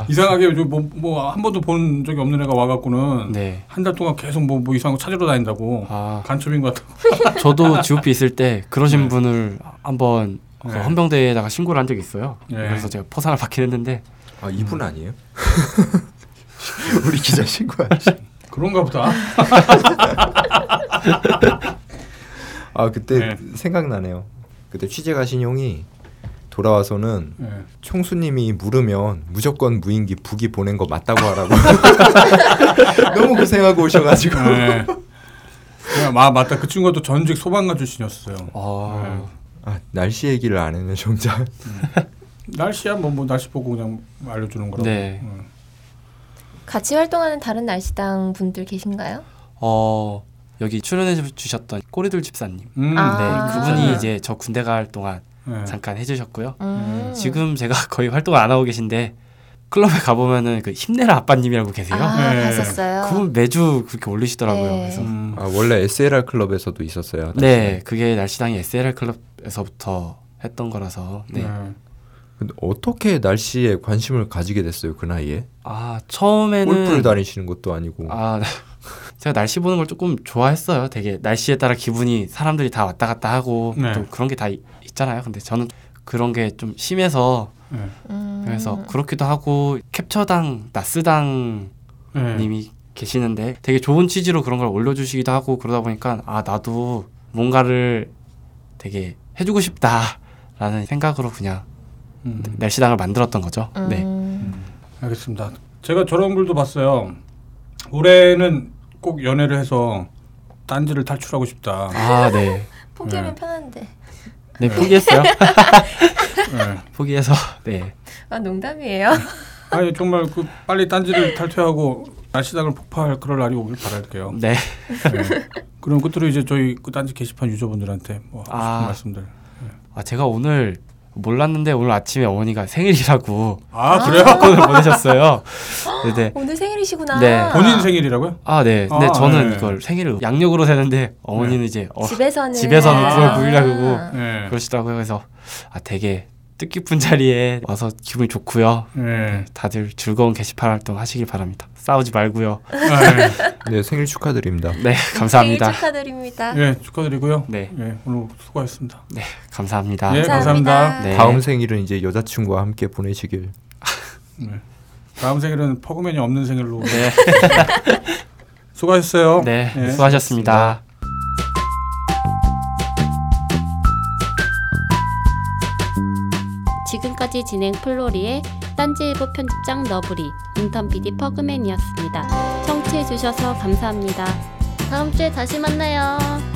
D: 아,
C: 이상하게 뭐뭐한 번도 본 적이 없는 애가 와갖고는
D: 네.
C: 한 달 동안 계속 뭐, 뭐 이상한 거 찾으러 다닌다고
D: 아,
C: 간첩인 것 같다고.
D: 저도 GOP 있을 때 그러신 분을 한번 그
C: 네.
D: 헌병대에다가 신고를 한 적이 있어요.
C: 네.
D: 그래서 제가 포상을 받긴 했는데
B: 아 이분 아니에요? 우리 기자 신고 아니시?
C: 그런가 보다.
B: 아 그때
C: 네.
B: 생각나네요. 그때 취재 가신 형이 돌아와서는
C: 네.
B: 총수님이 물으면 무조건 무인기 북이 보낸 거 맞다고 하라고. 너무 고생하고 오셔가지고.
C: 네. 네, 마, 맞다. 그 친구가 또 전직 소방관 출신이었어요.
D: 아,
B: 아 날씨 얘기를 안 했네 정작.
C: 날씨야 뭐, 뭐 날씨 보고 그냥 알려주는 거라고.
D: 네.
C: 음.
A: 같이 활동하는 다른 날씨당 분들 계신가요?
C: 네.
D: 어 여기 출연해 주- 주셨던 꼬리들 집사님.
C: 음,
D: 네,
A: 아.
D: 그분이 이제 저 군대 갈 동안
C: 네.
D: 잠깐 해주셨고요.
A: 음.
D: 지금 제가 거의 활동 안 하고 계신데 클럽에 가보면은 그 힘내라 아빠님이라고 계세요.
A: 아
C: 네.
A: 갔었어요.
D: 그분 매주 그렇게 올리시더라고요.
A: 네.
D: 그래서
C: 음.
B: 아 원래 SLR 클럽에서도 있었어요.
D: 네, 그게 날씨당이 SLR 클럽에서부터 했던 거라서 네.
C: 네.
B: 근데 어떻게 날씨에 관심을 가지게 됐어요 그 나이에?
D: 아
B: 골프를
D: 처음에는
B: 다니시는 것도 아니고.
D: 아 제가 날씨 보는 걸 조금 좋아했어요. 되게 날씨에 따라 기분이 사람들이 다 왔다 갔다 하고
C: 네.
D: 또 그런 게 다 있잖아요. 근데 저는 그런 게 좀 심해서
C: 네.
A: 음.
D: 그래서 그렇기도 하고 캡처당 나스당
C: 네.
D: 님이 계시는데 되게 좋은 취지로 그런 걸 올려주시기도 하고 그러다 보니까 아 나도 뭔가를 되게 해주고 싶다라는 생각으로 그냥
C: 음.
D: 날씨당을 만들었던 거죠. 네.
A: 음.
C: 알겠습니다. 제가 저런 글도 봤어요. 올해는 꼭 연애를 해서 딴지를 탈출하고 싶다.
D: 아, 네.
A: 포기하면 편한데.
D: 네, 포기했어요.
C: 예.
D: 포기해서 네.
A: 아 농담이에요.
C: 아니 정말 그 빨리 딴지를 탈퇴하고 날씨당을 폭파할 그럴 날이 오길 바랄게요.
D: 네.
C: 예. 그럼 끝으로 이제 저희 그 딴지 게시판 유저분들한테 뭐 하고 싶은
D: 아.
C: 말씀들.
D: 아, 제가 오늘 몰랐는데 오늘 아침에 어머니가 생일이라고
C: 아
A: 아.
C: 그래요?
D: 사건을 보내셨어요. 네, 네.
A: 오늘 생일이시구나.
D: 네.
C: 본인 생일이라고요?
D: 아, 네. 근데
C: 아,
D: 저는
C: 네.
D: 이걸 생일을 양력으로 세는데 어머니는 이제 어,
A: 집에서는 아.
D: 집에서는
C: 그걸
D: 구일하고.
C: 예.
D: 그러시더라고요. 그래서 아, 되게 뜻깊은 자리에 와서 기분이 좋고요.
C: 예.
D: 다들 즐거운 게시판 활동 하시길 바랍니다. 싸우지 말고요.
C: 예.
B: 네, 생일 축하드립니다.
D: 네, 감사합니다.
A: 생일 축하드립니다.
C: 예, 축하드리고요.
D: 네.
C: 예, 오늘 수고하셨습니다.
D: 감사합니다.
C: 예, 감사합니다.
D: 네.
B: 다음 생일은 이제 여자친구와 함께 보내시길.
C: 네. 다음 생일은 퍼그맨이 없는 생일로
D: 네.
C: 수고하셨어요.
D: 네,
C: 예.
D: 수고하셨습니다.
E: 지금까지 진행 플로리의 딴지일보 편집장 너브리, 인턴 PD 퍼그맨이었습니다. 청취해주셔서 감사합니다. 다음 주에 다시 만나요.